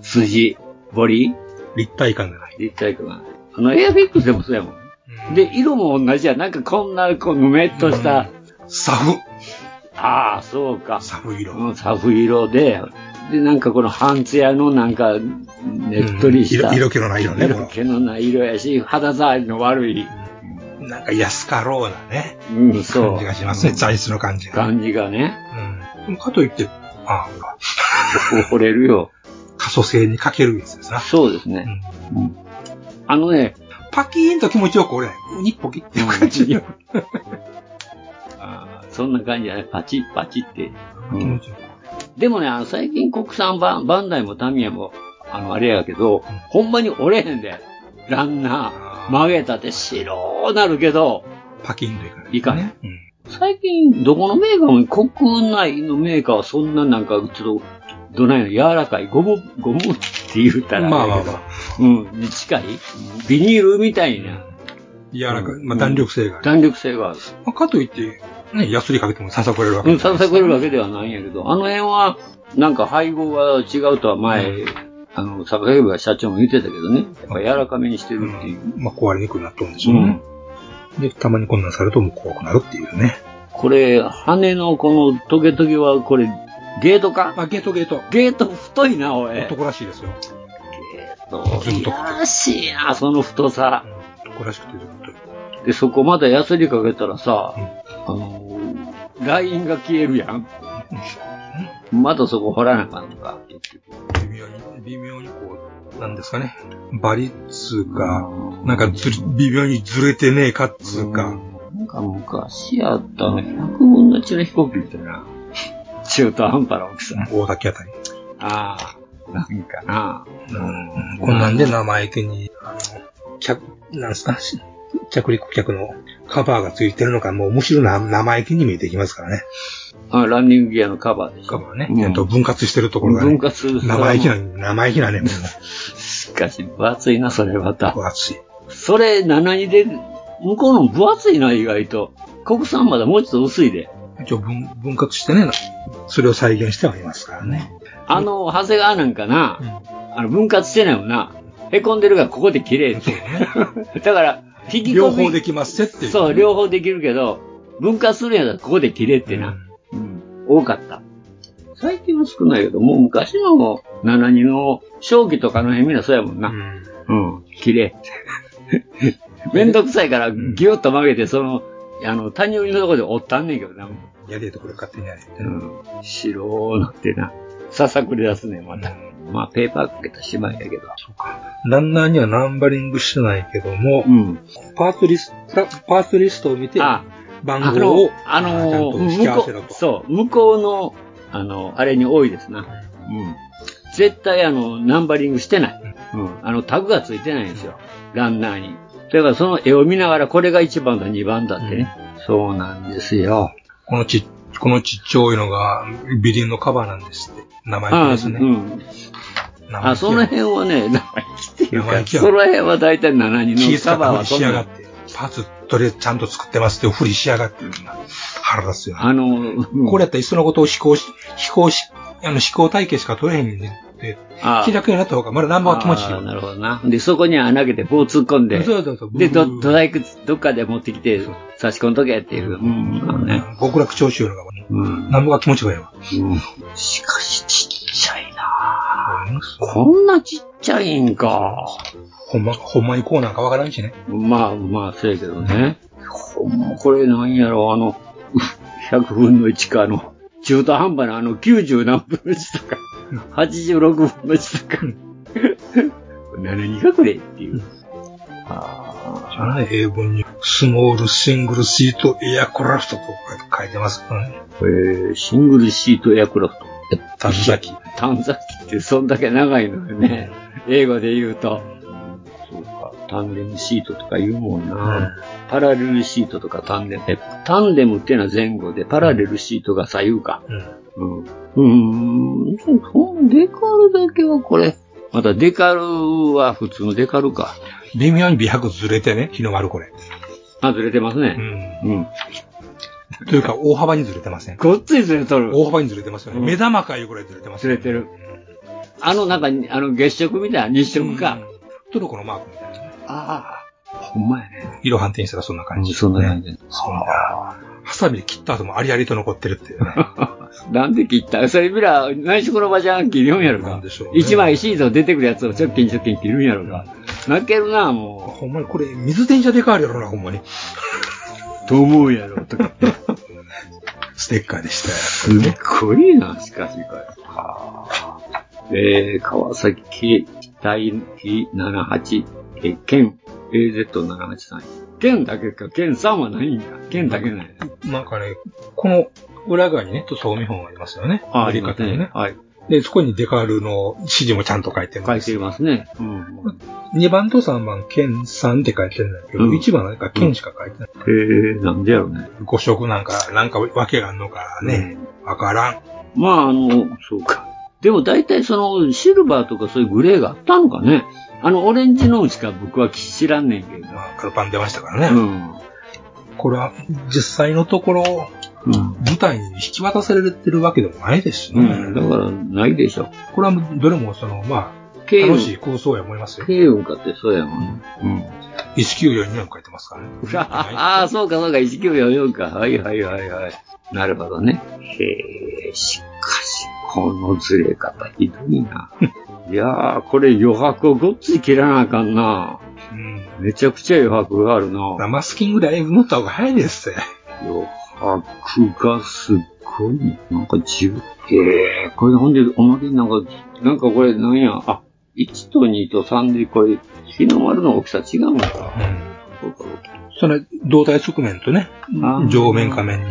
Speaker 8: 筋、彫り。
Speaker 7: 立体感がない。
Speaker 8: 立体感がない。あの、エアフィックスでもそうやもん。で、色も同じや。なんかこんな、こう、ぬめっとした。
Speaker 7: サフ。
Speaker 8: ああ、そうか。
Speaker 7: サフ色。
Speaker 8: うん、サフ色で、で、なんかこの半ツヤのなんか、ねっとりした。
Speaker 7: うん色色気のない色ね
Speaker 8: 色気のない色やし、肌触りの悪い。
Speaker 7: なんか安かろうなね。
Speaker 8: うん、そう。
Speaker 7: 感じがしますね。材質の感じが。
Speaker 8: 感じがね。
Speaker 7: うん。かといって、ああ、
Speaker 8: 惚れるよ。
Speaker 7: 可塑性に欠けるやつですな。
Speaker 8: そうですね。あのね、
Speaker 7: パキーンと気持ちよく折れない。ニッポキっていう感じ。
Speaker 8: あーそんな感じだね。パチッパチッって。うんでもね、あの、最近国産バンバンダイもタミヤも、あの、あれやけど、ほんまに折れへんで。ランナー、曲げたって白なるけど、
Speaker 7: パキンといかない。
Speaker 8: いかね。最近、どこのメーカーも、国内のメーカーはそんななんか、ちょっと、どないの、柔らかい、ゴム、ゴムって言ったら、
Speaker 7: まあまあまあ
Speaker 8: れやけどうん、に近い、ビニールみたいな、
Speaker 7: 柔らかい。まあ弾力性がある。
Speaker 8: 弾力性がある。
Speaker 7: まあかといって、ね、ヤスリかけてもささくれるわけ
Speaker 8: う。ん、ささくれるわけではないんやけど、あの辺は、なんか配合が違うとは前、あの、坂井部社長も言ってたけどね、やっぱ柔らかめにしてるっていう。
Speaker 7: まあ壊れにくくなっとるんでしょうね。で、たまにこんなんされるともう怖くなるっていうね。
Speaker 8: これ、羽のこのトゲトゲは、これ、ゲートか
Speaker 7: あ、ゲートゲート。
Speaker 8: ゲート太いな、おい。
Speaker 7: 男らしいですよ。
Speaker 8: そういやらしいな、その太さ。
Speaker 7: 男らしくてずっと。
Speaker 8: で、そこまでヤスリかけたらさ、あのー、ラインが消えるやん。まだそこ掘らなあかんのか。
Speaker 7: 微妙に、微妙にこう、なんですかね。バリっつうか、なんかずれ微妙にずれてねえかっつうか。
Speaker 8: なんか昔やったの、100分の1の飛行機みたいな。中途半端な大きさ。
Speaker 7: 大滝あたり。
Speaker 8: ああ、なんかな。
Speaker 7: うんこんなんで生意気に、あの、客、なんすか、し着陸客のカバーがついてるのか、もうむしろな生意気に見えてきますからね。
Speaker 8: あランニングギアのカバーでしょ。
Speaker 7: カバーね。えっと、分割してるところがね。
Speaker 8: 分割する
Speaker 7: 生意気な、生意気なね、も
Speaker 8: しかし、分厚いな、それまた。
Speaker 7: 分厚い。
Speaker 8: それ、7に出る。向こうの分厚いな、意外と。国産まだもうちょっと薄いで。
Speaker 7: う。一応分、分割してね、それを再現してはいますからね。
Speaker 8: あの、長谷川なんかな、あの、分割してないもんな。へこんでるから、ここで綺麗って。だから、引き込み。
Speaker 7: 両方できますってっていう。
Speaker 8: そう、両方できるけど、分割するんやったらここで切れってな。多かった。最近は少ないけど、もう昔の72の正規とかの辺みんなそうやもんな。うん。切れ。 めんどくさいから、ぎゅっと曲げて、その、あの、谷折りのところで折ったんねんけどな。
Speaker 7: やりえとこれ勝手にやれって
Speaker 8: う。ん。白なってな。ささくれ出すね、また。まあ、ペーパーかけたしまいやけど。
Speaker 7: ランナーにはナンバリングしてないけども、パーツリスト、パーツリストを見て、番号を、
Speaker 8: あの、あの
Speaker 7: ちゃんと引き合わせろ
Speaker 8: 向こうそう、向こうの、あの、あれに多いですな。うん。絶対、あの、ナンバリングしてない。うん。あの、タグがついてないんですよ。ランナーに。だから、その絵を見ながら、これが1番だ、2番だってね。そうなんですよ。
Speaker 7: このち、このちっちゃいのが、ビリンのカバーなんですって。生意気ですね。
Speaker 8: あうん。あ、その辺はね、 生意気っていう
Speaker 7: 生意
Speaker 8: か、
Speaker 7: 気や
Speaker 8: その辺は大体7人
Speaker 7: 気
Speaker 8: のカ
Speaker 7: 使
Speaker 8: バー
Speaker 7: っ
Speaker 8: は
Speaker 7: て
Speaker 8: そ
Speaker 7: し
Speaker 8: ん
Speaker 7: や
Speaker 8: な
Speaker 7: がって。パーツ、どれちゃんと作ってますって、ふりしやがって。腹立つよ。
Speaker 8: あの、
Speaker 7: これやったらいっそのことを飛行し、飛行し、あの、飛行体系しか取れへんねんって、
Speaker 8: あ
Speaker 7: 気楽になった方が、まだナンバーは気持ちいい
Speaker 8: あ
Speaker 7: よ。
Speaker 8: ーなるほどな。で、そこに穴開けて棒突っ込んで、
Speaker 7: そうそうそう
Speaker 8: で、ど、土台くどっかで持ってきて、差し込んとけっていう。うん、あのね。
Speaker 7: 極楽長州よりが、
Speaker 8: うん。
Speaker 7: ナンバーが気持ちがいいわ。
Speaker 8: しかし、ちっちゃいなこんなちっちゃいんか。
Speaker 7: ほんま、ほんまにこうなんかわからんしね。
Speaker 8: まあまあ、そうやけどね。ほんま、これなんやろ、あの、100分の1かの、中途半端なあの90何分の1とか、86分の1とか、 何がこれっていう。
Speaker 7: じゃない英文に、スモールシングルシートエアクラフトとか書いてますからね。
Speaker 8: えー、シングルシートエアクラフト。
Speaker 7: 短冊機。
Speaker 8: 短冊機ってそんだけ長いのよね。英語で言うと。そうか。タンデムシートとか言うもんな。パラレルシートとかタンデム。えタンデムっていうのは前後で、パラレルシートが左右か。うん。うん。うーん、デカールだけはこれ。またデカールは普通のデカールか。
Speaker 7: 微妙に美白ずれてね、広がるこれ。
Speaker 8: あ、ずれてますね。うん。
Speaker 7: というか、大幅にずれてません。
Speaker 8: ごっついずれとる。
Speaker 7: 大幅にずれてますよね。目玉かいうぐらいずれてます
Speaker 8: ずれてる。あの、なんか、あの、月食みたいな、日食か。
Speaker 7: トルコのマークみたいな。
Speaker 8: ああ、ほんまやね。
Speaker 7: 色反転したらそんな感じ、
Speaker 8: そんな感じ。
Speaker 7: そうなんだハサミで切った後もありありと残ってるっていうね。
Speaker 8: なんで切ったそれ見ら、内職の場じゃん切るんやろか。一枚シート出てくるやつをちょっきんちょっきん切るんやろか。泣けるな、もう。
Speaker 7: ほんまにこれ、水電車でかわるやろな、ほんまに。
Speaker 8: と思うやろ、とか。
Speaker 7: ステッカーでしたよ。
Speaker 8: すっごいな、しかしこれ。えー、川崎機体機78、えー、県 AZ783。県だけか、県3はないんだ。県だけない。
Speaker 7: なんかね、この裏側にね、塗装見本がありますよね。
Speaker 8: ああ
Speaker 7: 塗り方にね。
Speaker 8: はい。
Speaker 7: で、そこにデカールの指示もちゃんと書いてるん
Speaker 8: 書
Speaker 7: で
Speaker 8: い
Speaker 7: す
Speaker 8: て
Speaker 7: よ。
Speaker 8: ますね。うん。
Speaker 7: 2番と3番、剣3って書いてるんだけど、
Speaker 8: うん
Speaker 7: 1番なんか剣しか書いてない。
Speaker 8: えー、なんでやろうね。
Speaker 7: 5色なんか、なんかわけがあんのかね。わ、からん。
Speaker 8: まあ、あの、そうか。でも大体その、シルバーとかそういうグレーがあったのかね。あの、オレンジのうちか僕は知らんねんけど。
Speaker 7: カルパン出ましたからね。
Speaker 8: うん。
Speaker 7: これは、実際のところ、舞台に引き渡されてるわけでもないですしね。
Speaker 8: うん、だから、ないでしょ。
Speaker 7: これはどれもその、まあ、
Speaker 8: 経由
Speaker 7: 楽しい構想や思いますよ。
Speaker 8: 慶雲かってそうやもんね。
Speaker 7: 1942年書いてますからね。
Speaker 8: ああ、そうか、そうか、1944か。はいはいはいはい。なるほどね。へえ、しかし、このずれ方ひどい な。いやー、これ余白をごっつい切らなあかんな。めちゃくちゃ余白があるな。
Speaker 7: マスキングで塗った方が早いですって。
Speaker 8: 余白がすっごい。なんか十、へえ、これほんで、おまけになんか、なんかこれなんや、あ、1と2と3でこれ、日の丸の大きさ違うんだ。そうか、
Speaker 7: それ、胴体側面とね
Speaker 8: あ、ー
Speaker 7: 上面下面に。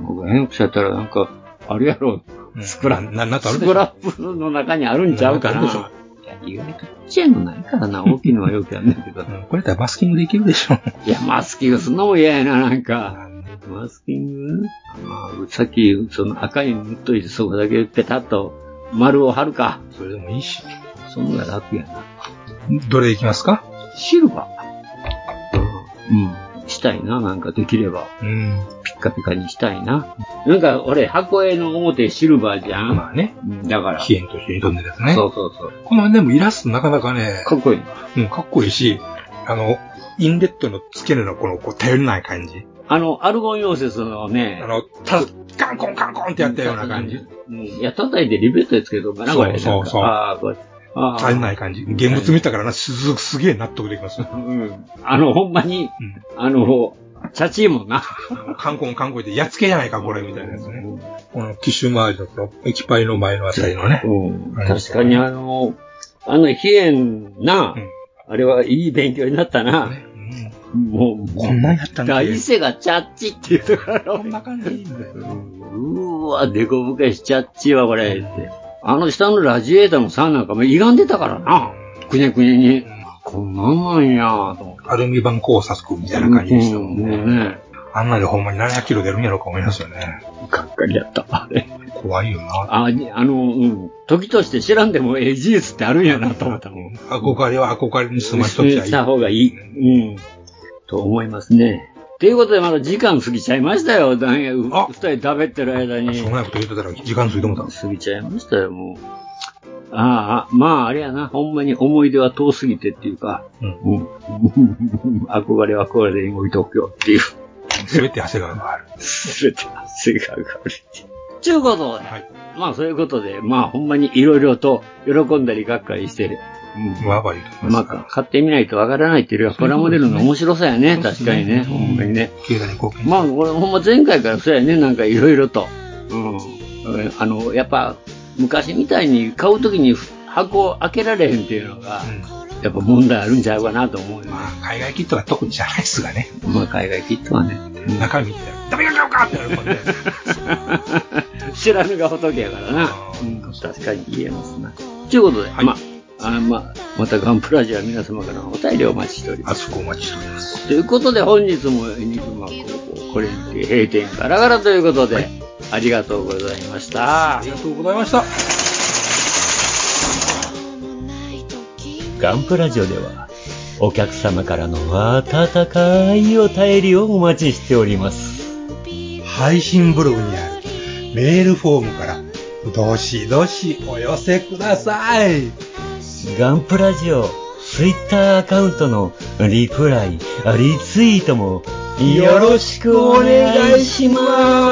Speaker 8: 僕変くしちゃったらなんか、あれやろ、スクラップ、
Speaker 7: な、なんとある
Speaker 8: ス
Speaker 7: でし
Speaker 8: ク
Speaker 7: ょ。
Speaker 8: ラップの中にあるんちゃうかな。
Speaker 7: なんか
Speaker 8: いや意外とちっちゃいのないからな、大きいのはよくやんねんけど。
Speaker 7: これだったらマスキングできるでしょ。
Speaker 8: いや、マスキングすんのも嫌やな、なんか。マスキングまあ、さっき、その赤いの塗っといて、そこだけペタッと丸を貼るか。
Speaker 7: それでもいいし。
Speaker 8: そんな楽やな。
Speaker 7: どれいきますか
Speaker 8: シルバー。うん。したいな、なんかできれば。
Speaker 7: うん。
Speaker 8: ピッカピカにしたいな。なんか俺、箱絵の表シルバーじゃん。
Speaker 7: まあね。
Speaker 8: だから。
Speaker 7: 飛円と飛円飛んでるやつね。
Speaker 8: そうそうそう。
Speaker 7: このでもイラストなかなかね、
Speaker 8: かっこいい。
Speaker 7: うん、かっこいいし、あの、インレットの付け根のこの、こう、頼りない感じ。
Speaker 8: あの、アルゴン溶接のね
Speaker 7: あ、の、ただ、カンコンカンコンってやったような感じ。
Speaker 8: うん、いや、叩いてリベットでつけとくかな、これ。
Speaker 7: そうそうそう
Speaker 8: なんかああ、これ。あ
Speaker 7: 足りない感じ。現物見たからな、すずすげえ納得できます。
Speaker 8: うん。あの、ほんまに、あの、チャチーもんな。
Speaker 7: カンコンカンコンってやっつけじゃないか、これ、みたいなやつね。このティッシュ周りの、この、液パイの前のあたりのね。あれです
Speaker 8: 確かにあの、あの、飛燕な、あれはいい勉強になったな。もう、こん
Speaker 7: なんやったんだ
Speaker 8: 大勢がチャッチっていうところ。こん
Speaker 7: な感じいいんだよ。
Speaker 8: うーわ、デコボケしチャッチはこれ、って。あの下のラジエーターの3なんかも歪んでたからな。くねくねに。こんなんなんやと思って。
Speaker 7: アルミ板工作みたいな感じでしたもんね。
Speaker 8: うんね
Speaker 7: あんなでほんまに700キロ出るんやろうか思いますよね。
Speaker 8: がっかりやった。あれ。
Speaker 7: 怖いよな。
Speaker 8: あ、にあの、うん。時として知らんでもええ事実ってあるんやなと思ったもん。
Speaker 7: 憧れは憧れに済ましときゃい
Speaker 8: し
Speaker 7: い。
Speaker 8: た方がいい。うん。と思いますね。ということで、まだ時間過ぎちゃいましたよ。なんやう二人食べてる間に。
Speaker 7: そんなこと言ってたら時間過ぎてもた。
Speaker 8: 過ぎちゃいましたよ、もう。ああ、まあ、あれやな。ほんまに思い出は遠すぎてっていうか、うん。 憧れは憧れで動いておくよっていう。
Speaker 7: すべて汗が上がる。
Speaker 8: すべて汗が上がる。ちゅうことで、まあそういうことで、まあほんまにいろいろと喜んだりがっかりして、うん
Speaker 7: わばい
Speaker 8: まあ買ってみないとわからないっていうよりはプラモデルの面白さやね、確かにね、ほんまにね。
Speaker 7: 経済に貢献
Speaker 8: まあ俺ほんま前回からそうやね、なんかいろいろと。うん。うんあの、やっぱ、昔みたいに買うときに箱を開けられへんっていうのが、やっぱ問題あるんちゃうかなと思うよね。
Speaker 7: 海外キットは特にじゃないですがね。
Speaker 8: まあ、海外キットはね。
Speaker 7: 中身って、誰が買うかってなるもんね。
Speaker 8: 知らぬが仏やからな。うん確かに言えますな。ということで、まあ、あまあ、またガンプラジは皆様からのお便りをお待ちしております。
Speaker 7: お待ちしております。
Speaker 8: ということで、本日もエニグマ高校、これにて閉店ガラガラということで、ありがとうございました。あり
Speaker 7: がとうございました。
Speaker 10: ガンプラジオではお客様からの温かいお便りをお待ちしております。
Speaker 11: 配信ブログにあるメールフォームから、どしどしお寄せください。
Speaker 10: ガンプラジオツイッターアカウントのリプライ、リツイートもよろしくお願いします。